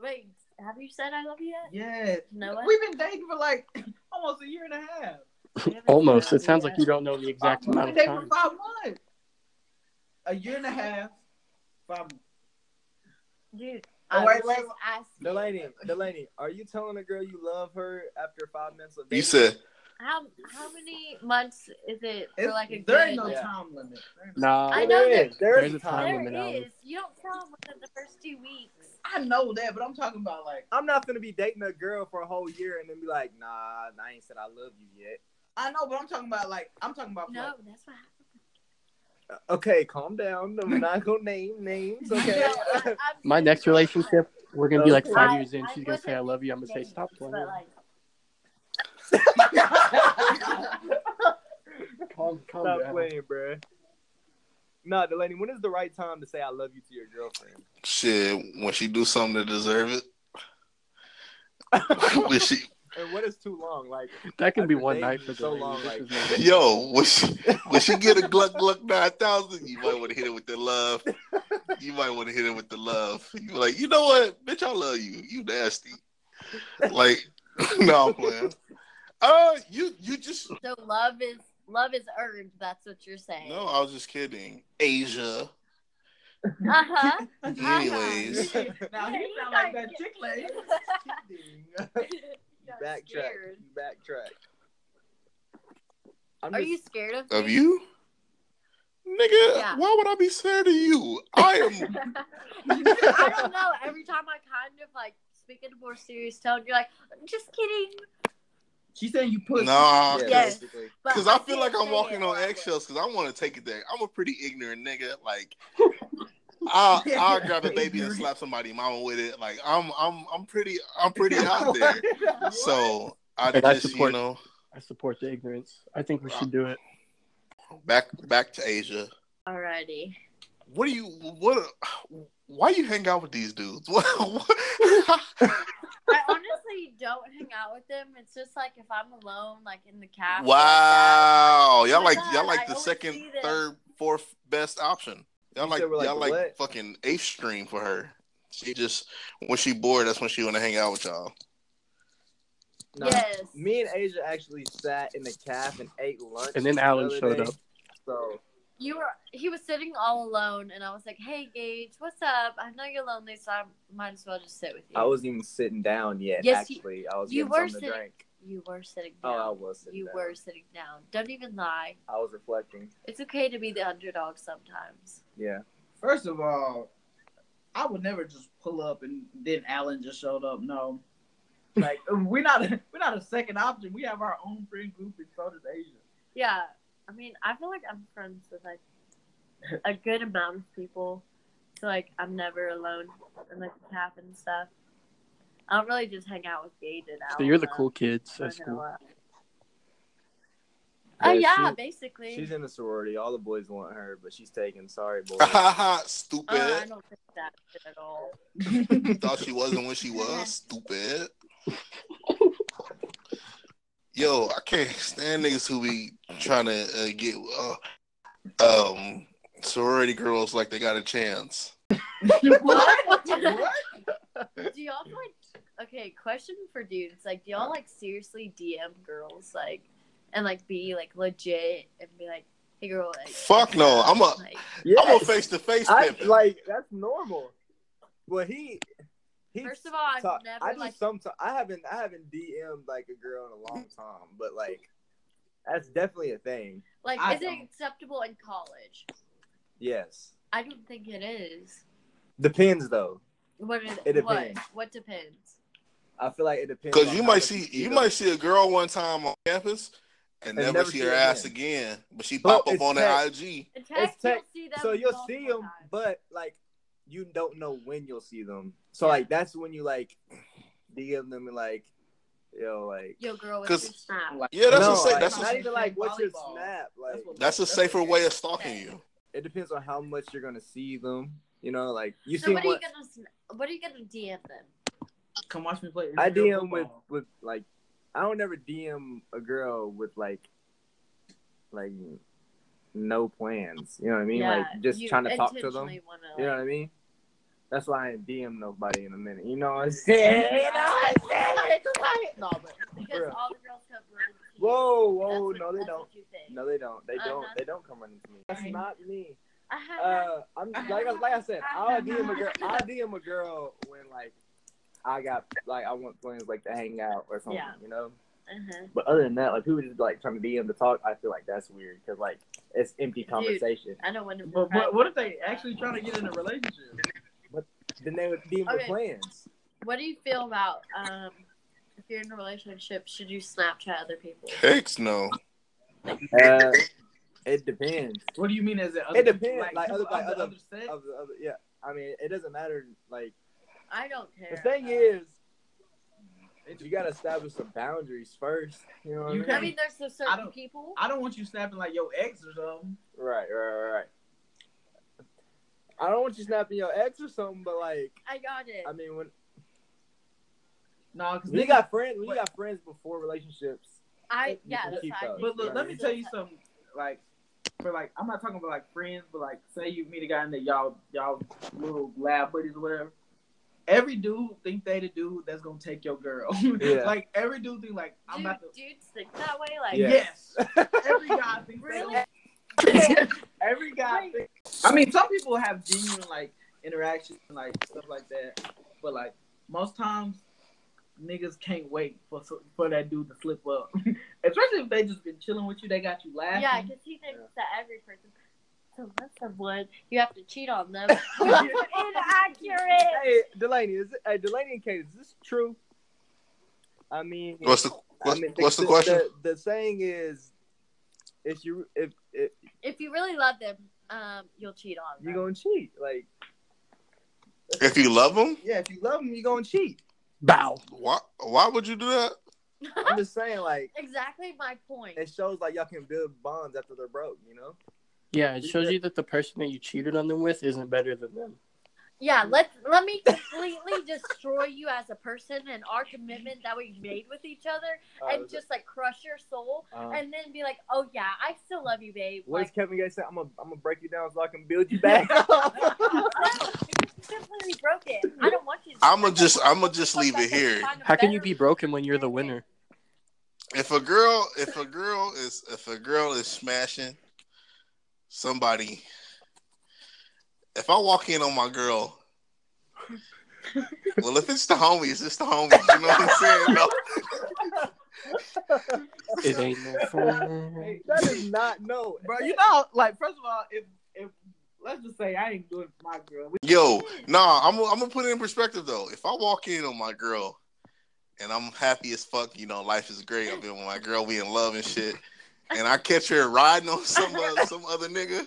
B: wait, have you said I love you yet?
C: Yeah.
B: No one?
C: We've been dating for like almost a year and a half.
B: We haven't
D: Almost.
B: said I
D: It
B: love
D: sounds
B: yet.
D: like you don't know the exact
C: We've
D: amount
C: been
D: of
C: dating for
D: time.
C: five months. A year and a half. Five months.
B: Dude,
C: Oh,
B: I
C: wait,
B: was
C: wait, wait.
B: asking.
E: Delaney, Delaney, are you telling a girl you love her after five minutes of
A: You
E: dating?
A: said
B: How how many months is it for
C: It's-
B: like a
C: there
B: good?
C: ain't no
E: Yeah.
C: time limit. There ain't no-
D: Nah,
B: I know
E: There
B: that-
E: is. There is
D: There's a
E: a
D: time
E: time.
D: limit.
B: there
D: limit on it.
B: is. You don't tell them within the first two weeks.
C: I know that, but I'm talking about like
E: I'm not gonna be dating a girl for a whole year and then be like, nah, I ain't said I love you yet.
C: I know, but I'm talking about like I'm talking about
B: No,
C: like,
B: that's what happened.
E: Uh, Okay, calm down. I'm not gonna name names. Okay.
B: No, I- I'm
D: My
B: serious.
D: next relationship, we're gonna be like five
B: I-
D: years in.
B: I
D: She's gonna say I
B: wasn't
D: love you. I'm gonna say
B: dating,
D: stop
B: but,
D: playing.
B: like,
D: Calm, calm
E: Stop
D: down.
E: playing, bro. Nah, Delaney, when is the right time to say I love you to your girlfriend?
A: Shit, when she do something to deserve it, when she,
E: And what is too long? Like
D: That can be
E: After
D: one
E: dating
D: night
E: you
D: for
E: so
D: Delaney.
E: long,
D: This
E: like-
D: is no-
A: yo, when she, when she get a gluck gluck nine thousand, you might want to hit it with the love. You might want to hit it with the love. You like, you know what, bitch, I love you. You nasty. Like, no, I'm playing. Uh, you you just
B: So love is love is earned. That's what you're saying.
A: no. I was just kidding, Asia.
B: Uh huh.
A: Anyways,
C: now he sound like that chick lady.
E: backtrack, backtrack. I'm
B: Are
E: just-
B: you scared of?
A: of
B: me?
A: you, nigga,
B: Yeah.
A: why would I be scared of you? I am.
B: I don't know. Every time I kind of like speak in a more serious tone, you're like, just kidding.
C: She saying you pussy.
A: Nah,
E: yeah,
B: Yes.
E: basically.
B: But
A: Because I feel
B: can't
A: like I'm
B: say
A: walking
B: it
A: on
B: like-
A: eggshells because I want to take it there. I'm a pretty ignorant nigga. Like, I I grab a baby and slap somebody mama with it. Like, I'm I'm I'm pretty I'm pretty out there. So I
D: And I
A: just you
D: support-
A: know
D: I support the ignorance. I think we should do it.
A: back back to Asia.
B: Alrighty.
A: What do you what? Why you hang out with these dudes? What-
B: I honestly don't hang out with them. It's just like if I'm alone, like in the cafe.
A: wow, y'all like
B: God,
A: y'all like
B: I
A: the
B: always
A: second,
B: see this.
A: third, fourth best option. Y'all
E: You
A: like
E: said we're like
A: y'all like
E: what?
A: fucking eighth stream for her. She just when she bored, that's when she want to hang out with y'all.
E: Nah.
B: yes.
E: Me and Asia actually sat in the calf and ate lunch.
D: And then Alan
E: the other
D: showed
E: day.
D: up.
E: So
B: You were. He was sitting all alone, and I was like, "Hey, Gage, what's up? I know you're lonely, so I might as well just sit with you."
E: I wasn't even sitting down yet.
B: Yes, you-
E: actually, I was.
B: you
E: getting
B: were
E: something to
B: sitting-
E: drink.
B: You were sitting
E: Oh, I
B: down.
E: was. Sitting
B: you
E: down.
B: were sitting down. Don't even lie.
E: I was reflecting.
B: It's okay to be the underdog sometimes.
E: Yeah.
C: First of all, I would never just pull up and then Alan just showed up. No, like we're not we're not a second option. We have our own friend group, and so does Asia.
B: Yeah. I mean, I feel like I'm friends with like a good amount of people. So like I'm never alone in like the cap and stuff. I don't really just hang out with Gage and Al.
D: So you're the cool kids at school.
B: Oh
E: Yeah,
B: yeah,
E: she-
B: basically.
E: She's in the sorority. All the boys want her, but she's taken. Sorry, boys.
B: Uh, I
A: Stupid.
B: don't think that shit at all.
A: Thought she wasn't when she was. Stupid. Yo, I can't stand niggas who be trying to uh, get uh, um sorority girls like they got a chance.
C: what? what?
B: Do y'all like? Okay, question for dudes. Like, do y'all like seriously DM girls like, and like be like legit and be like, hey girl, like.
A: Fuck no, I'm a
B: Like,
A: I'm a
E: Yes.
A: face to face
E: I
A: pimping.
E: like that's normal. Well, he. he
B: first of all, I've
E: ta-
B: never
E: I do
B: like.
E: sometimes. I haven't. I haven't DM'd like a girl in a long time, but like, that's definitely a thing.
B: Like,
C: I
B: is it
C: don't.
B: acceptable in college?
E: Yes.
B: I don't think it is.
E: Depends though.
B: What is
E: It
B: what?
E: depends.
B: What depends?
E: I feel like it depends.
A: Because
E: on
A: you
E: how
A: might
E: much
A: see
E: see
A: you
E: them.
A: might see a girl one time on campus and, never, see her ass again, but she pop
E: But
A: up
E: it's
A: on
E: tech.
A: her IG.
B: In
E: It's
B: text,
E: tech-
B: you'll see them.
E: So you'll see
B: multiple
E: them,
B: times.
E: but like you don't know when you'll see them. So
B: Yeah.
E: like that's when you like DM them and like, yo, like
B: Yo, girl, what's
A: 'Cause-
B: your snap?
A: Yeah, that's
E: no,
A: a sa-
E: like,
A: that's
E: not
A: a,
E: even like what's your
C: Volleyball.
E: snap. Like
C: That's what-
A: that's a safer way of stalking you.
E: it depends on how much you're gonna see them. You know, like you
B: so
E: see
B: what
E: what,
B: are you gonna? sn- What are you gonna DM them?
C: Come watch me play.
E: I
C: real
E: DM with
C: football.
E: with like I don't ever DM a girl with like like no plans. You know what I mean? like just
B: you
E: trying to talk to them.
B: intentionally wanna,
E: You know
B: like-
E: what I mean? That's why I ain't DM nobody in a minute. You know what I'm
C: You
E: saying?
C: know what I'm saying? No, but
B: because
E: Bruh.
B: all the girls come running. to you.
E: Whoa,
B: That's
E: whoa,
B: what-
E: no, they
B: that's
E: don't.
B: what you think.
E: No, they don't. They don't.
B: Uh-huh.
E: They don't come running to me. That's
C: Right.
E: not me.
B: I have-
E: Uh, I'm like, I- like I said, I'll DM a girl. I'll DM a girl when like I got like I want plans like to hang out or something.
B: Yeah.
E: You know.
B: uh-huh.
E: But other than that, like people just like trying to DM to talk. I feel like that's weird because like it's empty conversation.
B: I don't want to.
C: But what, what if they actually trying to get in a relationship?
E: Then they would DM with
B: Okay.
E: plans.
B: What do you feel about um? If you're in a relationship, should you Snapchat other people?
A: Heck no.
E: Uh, it depends.
C: What do you mean? As it
E: It depends, like, other- like, other-
C: sex?
E: Of the other, yeah. I mean, it doesn't matter. Like
B: I don't care.
E: the thing
B: about-
E: is, You gotta establish some boundaries first. You know what
C: You
E: I mean?
B: I mean, there's the
C: I
B: certain
C: don't-
B: people.
C: I don't want you snapping like your ex or something.
E: Right, right, right, right. I don't want you snapping your ex or something, but like,
B: I got it.
E: I mean, when
C: No, because
E: we got friends, we got friends before relationships.
B: I yeah.
E: can
B: That's
E: keep
B: how I
E: up.
B: do
C: But look,
B: it.
C: let me tell you something. Like, for like, I'm not talking about like friends, but like, say you meet a guy and that y'all y'all little lab buddies or whatever. Every dude think they the dude that's gonna take your girl.
E: Yeah.
C: like every dude think like I'm
B: Dude,
C: about to.
B: dudes think that way. Like,
E: Yeah.
C: Yes. every guy thinks
B: Really?
C: they gonna- every guy. Think, I mean, some people have genuine like interactions and like stuff like that, but like most times. Niggas can't wait for for that dude to slip up, especially if they just been chilling with you. They got you laughing.
B: yeah, because he thinks that every person. So that's the one you have to cheat on them. Inaccurate.
E: Hey, Delaney, is it, hey, Delaney and Kate, is this true? I mean,
A: What's the what's,
E: I mean,
A: what's the, question?
E: The, the saying is, if you if, if
B: If you really love them, um, you'll cheat on
E: you
B: them.
E: gonna cheat, like
A: if you love them,
E: yeah, if you love them, you gonna cheat.
D: Bow.
A: why why would you do that?
E: I'm just saying, like
B: exactly my point.
E: it shows like y'all can build bonds after they're broke, you know?
D: Yeah, it shows you that the person that you cheated on them with isn't better than them.
B: Yeah, let let me completely destroy you as a person and our commitment that we made with each other,
E: Uh,
B: and just like crush your soul,
C: Uh-huh.
E: uh,
B: and then be like, "Oh yeah, I still love you, babe."
E: what does
B: Like,
E: Kevin Gates say? I'm gonna I'm gonna break you down so I can build you back.
B: no, you just completely broke it. I don't want you. To
A: I'ma just I'ma just leave it here.
D: How can you be broken when you're the winner?
A: If a girl if a girl is if a girl is smashing somebody, if I walk in on my girl, well, if it's the homies, it's the homies. You know what I'm saying? No.
D: It ain't no fun.
C: Hey,
E: that is not no.
C: bro. You know, like first of all, if if let's just say I ain't doing it for my girl, we
A: Yo, nah, I'm I'm gonna put it in perspective though. If I walk in on my girl and I'm happy as fuck, you know, life is great. I've been with my girl, we in love and shit. And I catch her riding on some uh, some other nigga,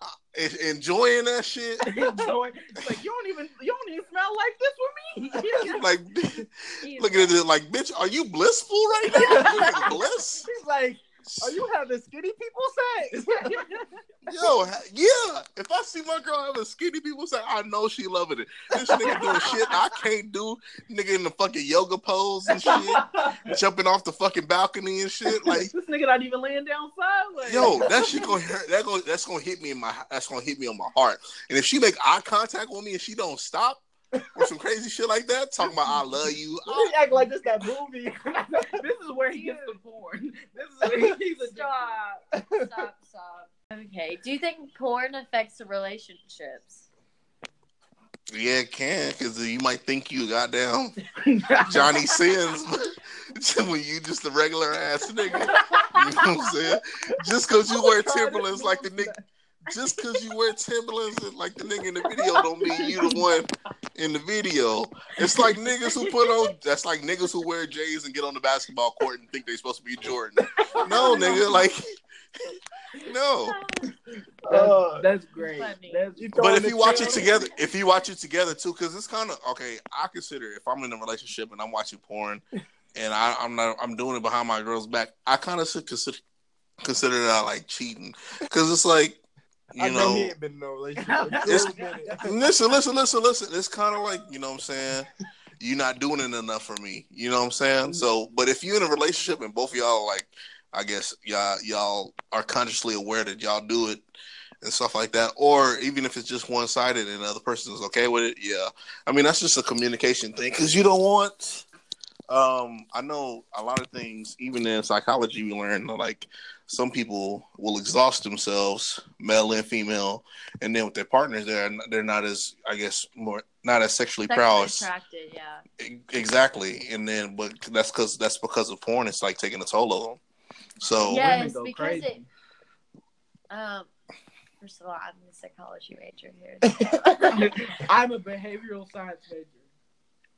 A: uh, en- enjoying that shit.
C: enjoy. It's like you don't even you don't even smell like this with me.
A: Like,
B: Jesus.
A: looking at it like, bitch, are you blissful right now? You in bliss?
E: She's like, are you having skinny people sex?
A: Yo, ha- yeah. If I see my girl having skinny people say, I know she loving it. This nigga doing shit I can't do. Nigga in the fucking yoga pose and shit. jumping off the fucking balcony and shit. Like,
C: this nigga not even laying down sideways.
A: yo, that shit gonna hurt. That gonna, that's gonna hit me in my. That's gonna hit me on my heart. And if she make eye contact with me and she don't stop or some crazy shit like that, talking about I love you.
E: You act like this that movie.
C: this is where he gets the porn. This is where he's a
B: Stop! Stop! Stop! Okay. Do you think porn affects the relationships?
A: Yeah, it can because you might think you goddamn
C: Johnny.
A: Johnny Sins when you just a regular ass nigga. You know what I'm saying? Just because you wear Timberlands like the nigga. Just because you wear Timberlands and like the nigga in the video don't mean you the one in the video. It's like niggas who put on that's like niggas who wear J's and get on the basketball court and think they supposed to be Jordan. No, nigga, like no.
E: Uh,
C: That's great.
B: Funny.
C: That's
E: You
A: But if you watch it together, if you watch it together too, because it's kind of okay. I consider if I'm in a relationship and I'm watching porn, and I, I'm not, I'm doing it behind my girl's back. I kind of consider consider that like cheating, because it's like you
E: I know,
A: know.
E: he ain't been in no relationship.
A: It's- listen, listen, listen, listen. It's kind of like you know what I'm saying. You're not doing it enough for me. You know what I'm saying. So, but if you're in a relationship and both of y'all are like, I guess y'all y'all are consciously aware that y'all do it and stuff like that, or even if it's just one sided and the other person is okay with it, yeah. I mean, that's just a communication thing because you don't want. Um, I know a lot of things. Even in psychology, we learn like some people will exhaust themselves, male and female, and then with their partners, they're they're not as I guess more not as sexually proud.
B: Sexually
A: as-
B: attracted. Yeah.
A: Exactly, and then but that's because that's because of porn. It's like taking a toll on them. So
B: Yeah. Yes, because it- Um. First of all, I'm the psychology major here.
C: I'm a behavioral science major.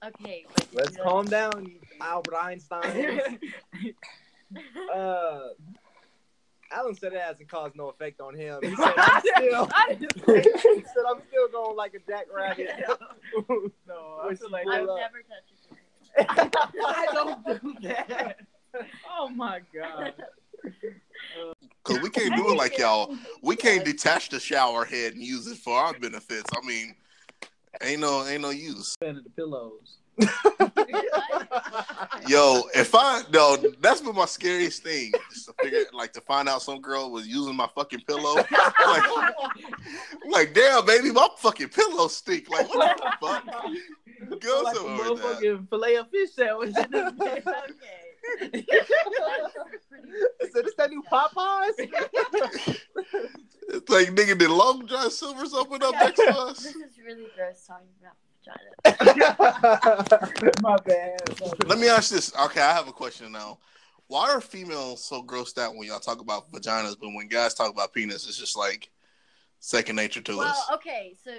B: Okay. but did
E: Let's
B: you-
E: calm down, you Albert Einstein. Uh, Alan said it hasn't caused no effect on him. He said, I'm still,
C: I just-
E: he said, I'm still going like a jackrabbit.
C: no, I
E: Which
C: feel like
E: you
B: I
E: will.
B: would never touch it.
C: I don't do that. Oh my god.
A: Cause we can't do it like y'all. We can't detach the shower head and use it for our benefits. I mean, ain't no ain't no use.
C: Fan of the pillows.
A: Yo, if I no, that's been my scariest thing. Just to figure, like to find out some girl was using my fucking pillow. Like, like damn, baby, my fucking pillow stink. Like what the fuck? Girls
C: like a
A: don't know that.
C: motherfucking fillet of fish sandwich. in this bitch.
E: So this that new Popeyes?
A: It's like nigga, did Long John Silver's open up next to us?
B: This is really gross talking about vagina.
C: My bad. My bad.
A: Let me ask this. Okay, I have a question now. Why are females so grossed out when y'all talk about vaginas, but when guys talk about penis, it's just like second nature to
B: Well,
A: us?
B: okay, so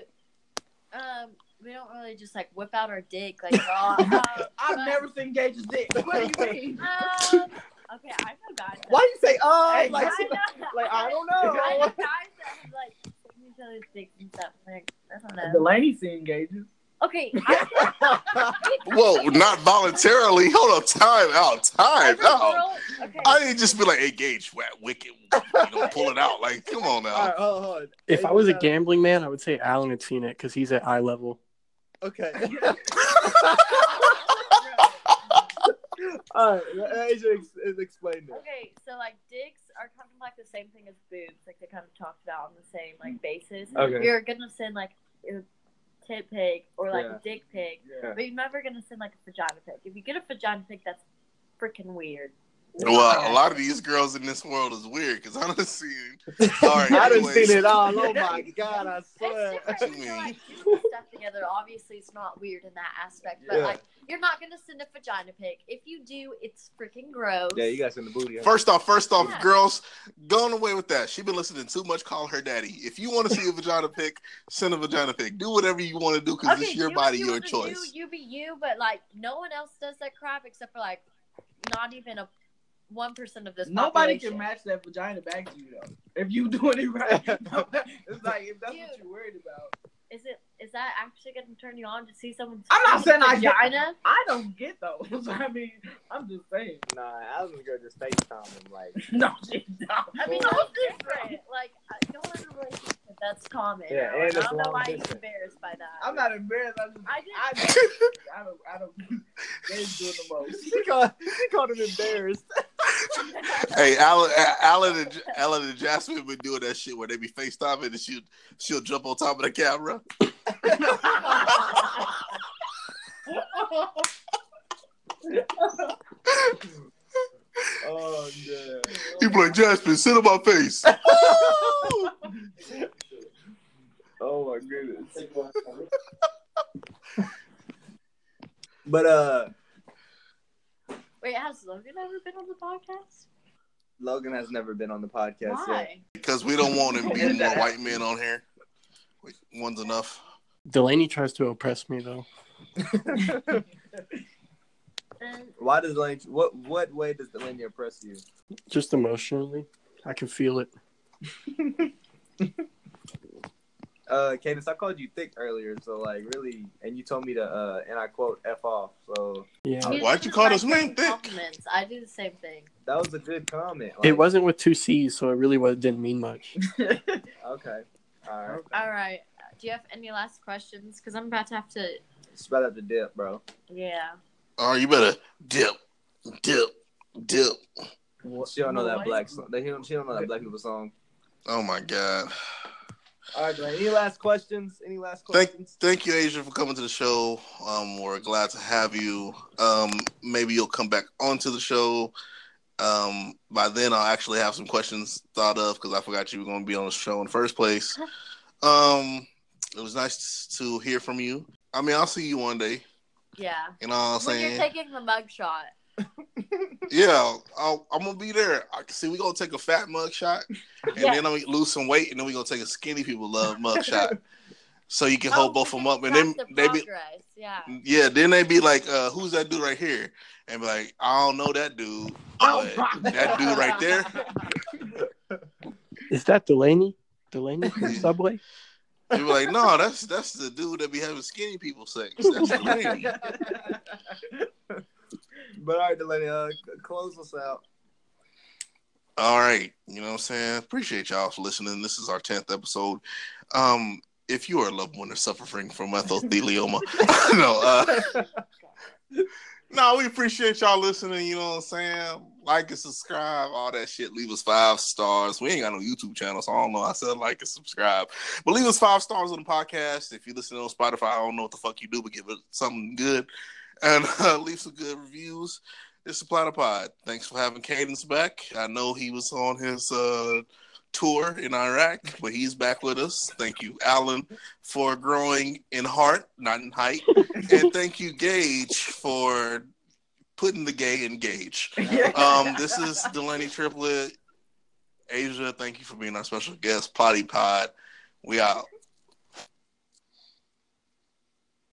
B: um, we don't really just like whip out our dick like raw. um,
C: I've never seen Gage's dick. What do you mean?
B: um, okay, I feel bad.
E: Why you say uh
C: Hey,
E: like,
B: I know.
E: like I don't
B: I know
E: know.
B: guys that have like seen each other's dicks and stuff. Like I don't know.
C: Delaney seen Gage's.
B: Okay, I feel
A: Whoa, not voluntarily. Hold up, time out, time
B: every
A: out.
B: girl. Okay,
A: I didn't just be like, hey, Gage, wha- wicked, you know, pull it out. Like, come on
E: All
A: now.
E: right, hold on, hold on.
D: If I was a
E: Uh,
D: gambling man, I would say Alan had seen it because he's at eye level.
E: Okay. All right, let Asia ex- explain this.
B: okay, so like dicks are kind of like the same thing as boobs. Like they kind of talked about on the same like basis.
E: Okay.
B: You're gonna send like a tit pig or like a dick pig.
E: Yeah.
B: But you're never gonna send like a vagina pic. If you get a vagina pic, that's freaking weird.
A: Well, a lot of these girls in this world is weird because I don't see. All right,
E: I done
A: anyways.
E: seen it all. Oh my god, I
B: It's
E: swear.
B: different.
A: What you
B: We feel
A: mean?
B: like doing stuff together. Obviously, it's not weird in that aspect. But
E: Yeah.
B: like, you're not gonna send a vagina pic. If you do, it's freaking gross.
E: Yeah, you guys in the booty. huh?
A: First off, first off,
B: Yeah.
A: girls, going away with that. She been listening too much. Call her daddy. If you want to see a vagina pic, send a vagina pic. Do whatever you want to do because it's your
B: do what
A: body,
B: you
A: your
B: wanna do,
A: choice.
B: you be you, but like no one else does that crap except for like not even a one percent of this.
C: Nobody can
B: population.
C: match that vagina back to you though. If you doing it right, it's like if that's what
B: Dude.
C: you're worried about.
B: Is it? Is that actually gonna turn you on to see someone's?
C: I'm not saying I get-
B: vagina.
C: I don't get those. I mean, I'm just saying.
E: Nah, I was gonna go just FaceTime him like.
C: No, she's not.
B: I mean, that's different. Like, I don't have a relationship. That's common.
E: Yeah, and
B: Like, I
E: it's
B: don't know
E: long
B: why
E: distance.
B: you're embarrassed by that.
C: I'm not embarrassed. I'm just,
B: I
C: I,
B: did.
C: just, I don't. I don't. Gage's doing the most.
E: She called, she called him embarrassed.
A: Hey, Alan, A- Alan, and, J- Alan and Jasmine been doing that shit where they be FaceTiming and she she'll jump on top of the camera.
E: Oh yeah.
A: You be like, Jasmine, sit on my face.
E: Oh my goodness. but uh,
B: Wait, has Logan ever been on the podcast?
E: Logan has never been on the podcast yet.
B: why?
A: Because we don't want to be more white men on here. Wait, One's enough.
D: Delaney tries to oppress me though.
B: Then
E: Why does Lynch? What what way does the linear oppress you?
D: Just emotionally. I can feel it.
E: Uh, Cadence, I called you thick earlier, so like really, and you told me to uh, and I quote f off. So
D: Yeah.
B: he
A: Uh, Why'd
B: just
A: you call this
B: likes
A: man thick?
B: Compliments. I do the same thing.
E: that was a good comment.
D: It
E: like,
D: wasn't with two C's, so it really was, didn't mean much.
E: okay. All right,
B: All right. Do you have any last questions? Because I'm about to have to.
E: it's about at the dip, bro.
B: Yeah.
A: All right, you better dip, dip, dip.
E: She don't know that
C: What?
E: black song. They don't. She don't know that black people song.
A: Oh my god.
E: All right, Glenn. Any last questions? Any last
A: Thank-
E: questions?
A: Thank you, Asia, for coming to the show. Um, we're glad to have you. Um, maybe you'll come back onto the show. Um, by then, I'll actually have some questions thought of because I forgot you were going to be on the show in the first place. Um, it was nice to hear from you. I mean, I'll see you one day.
B: Yeah.
A: You know what I'm
B: When you're
A: saying?
B: taking the mug shot.
A: yeah, I'll, I'm gonna be there. I see. We're gonna take a fat mug shot, and
B: Yeah.
A: then I'm gonna lose some weight, and then we're gonna take a skinny people love mug shot. So you can
B: Oh,
A: hold
B: we
A: both of them
B: can
A: up, and
B: track
A: then
B: the
A: they be
B: progress, Yeah.
A: Yeah, then they be like, uh, who's that dude right here? And be like, I don't know that dude.
C: Oh,
A: But that dude right there.
D: Is that Delaney? Delaney from Subway?
A: They were like, no, that's that's the dude that be having skinny people sex. That's Delaney.
E: But all right, Delaney, uh, c- close us out.
A: All right. You know what I'm saying? Appreciate y'all for listening. This is our 10th episode. Um, if you are a loved one or suffering from mesothelioma, no, uh, no, we appreciate y'all listening. You know what I'm saying? Like and subscribe, all that shit. Leave us five stars. We ain't got no YouTube channel, so I don't know. I said like and subscribe, but leave us five stars on the podcast. If you listen on Spotify, I don't know what the fuck you do, but give it something good and uh, leave some good reviews. It's the Platter Pod. Thanks for having Cadence back. I know he was on his uh, tour in Iraq, but he's back with us. Thank you, Alan, for growing in heart, not in height. and thank you, Gage, for putting the gay in Gage. Um, this is Delaney Triplet. Asia, thank you for being our special guest. Potty Pod. We out.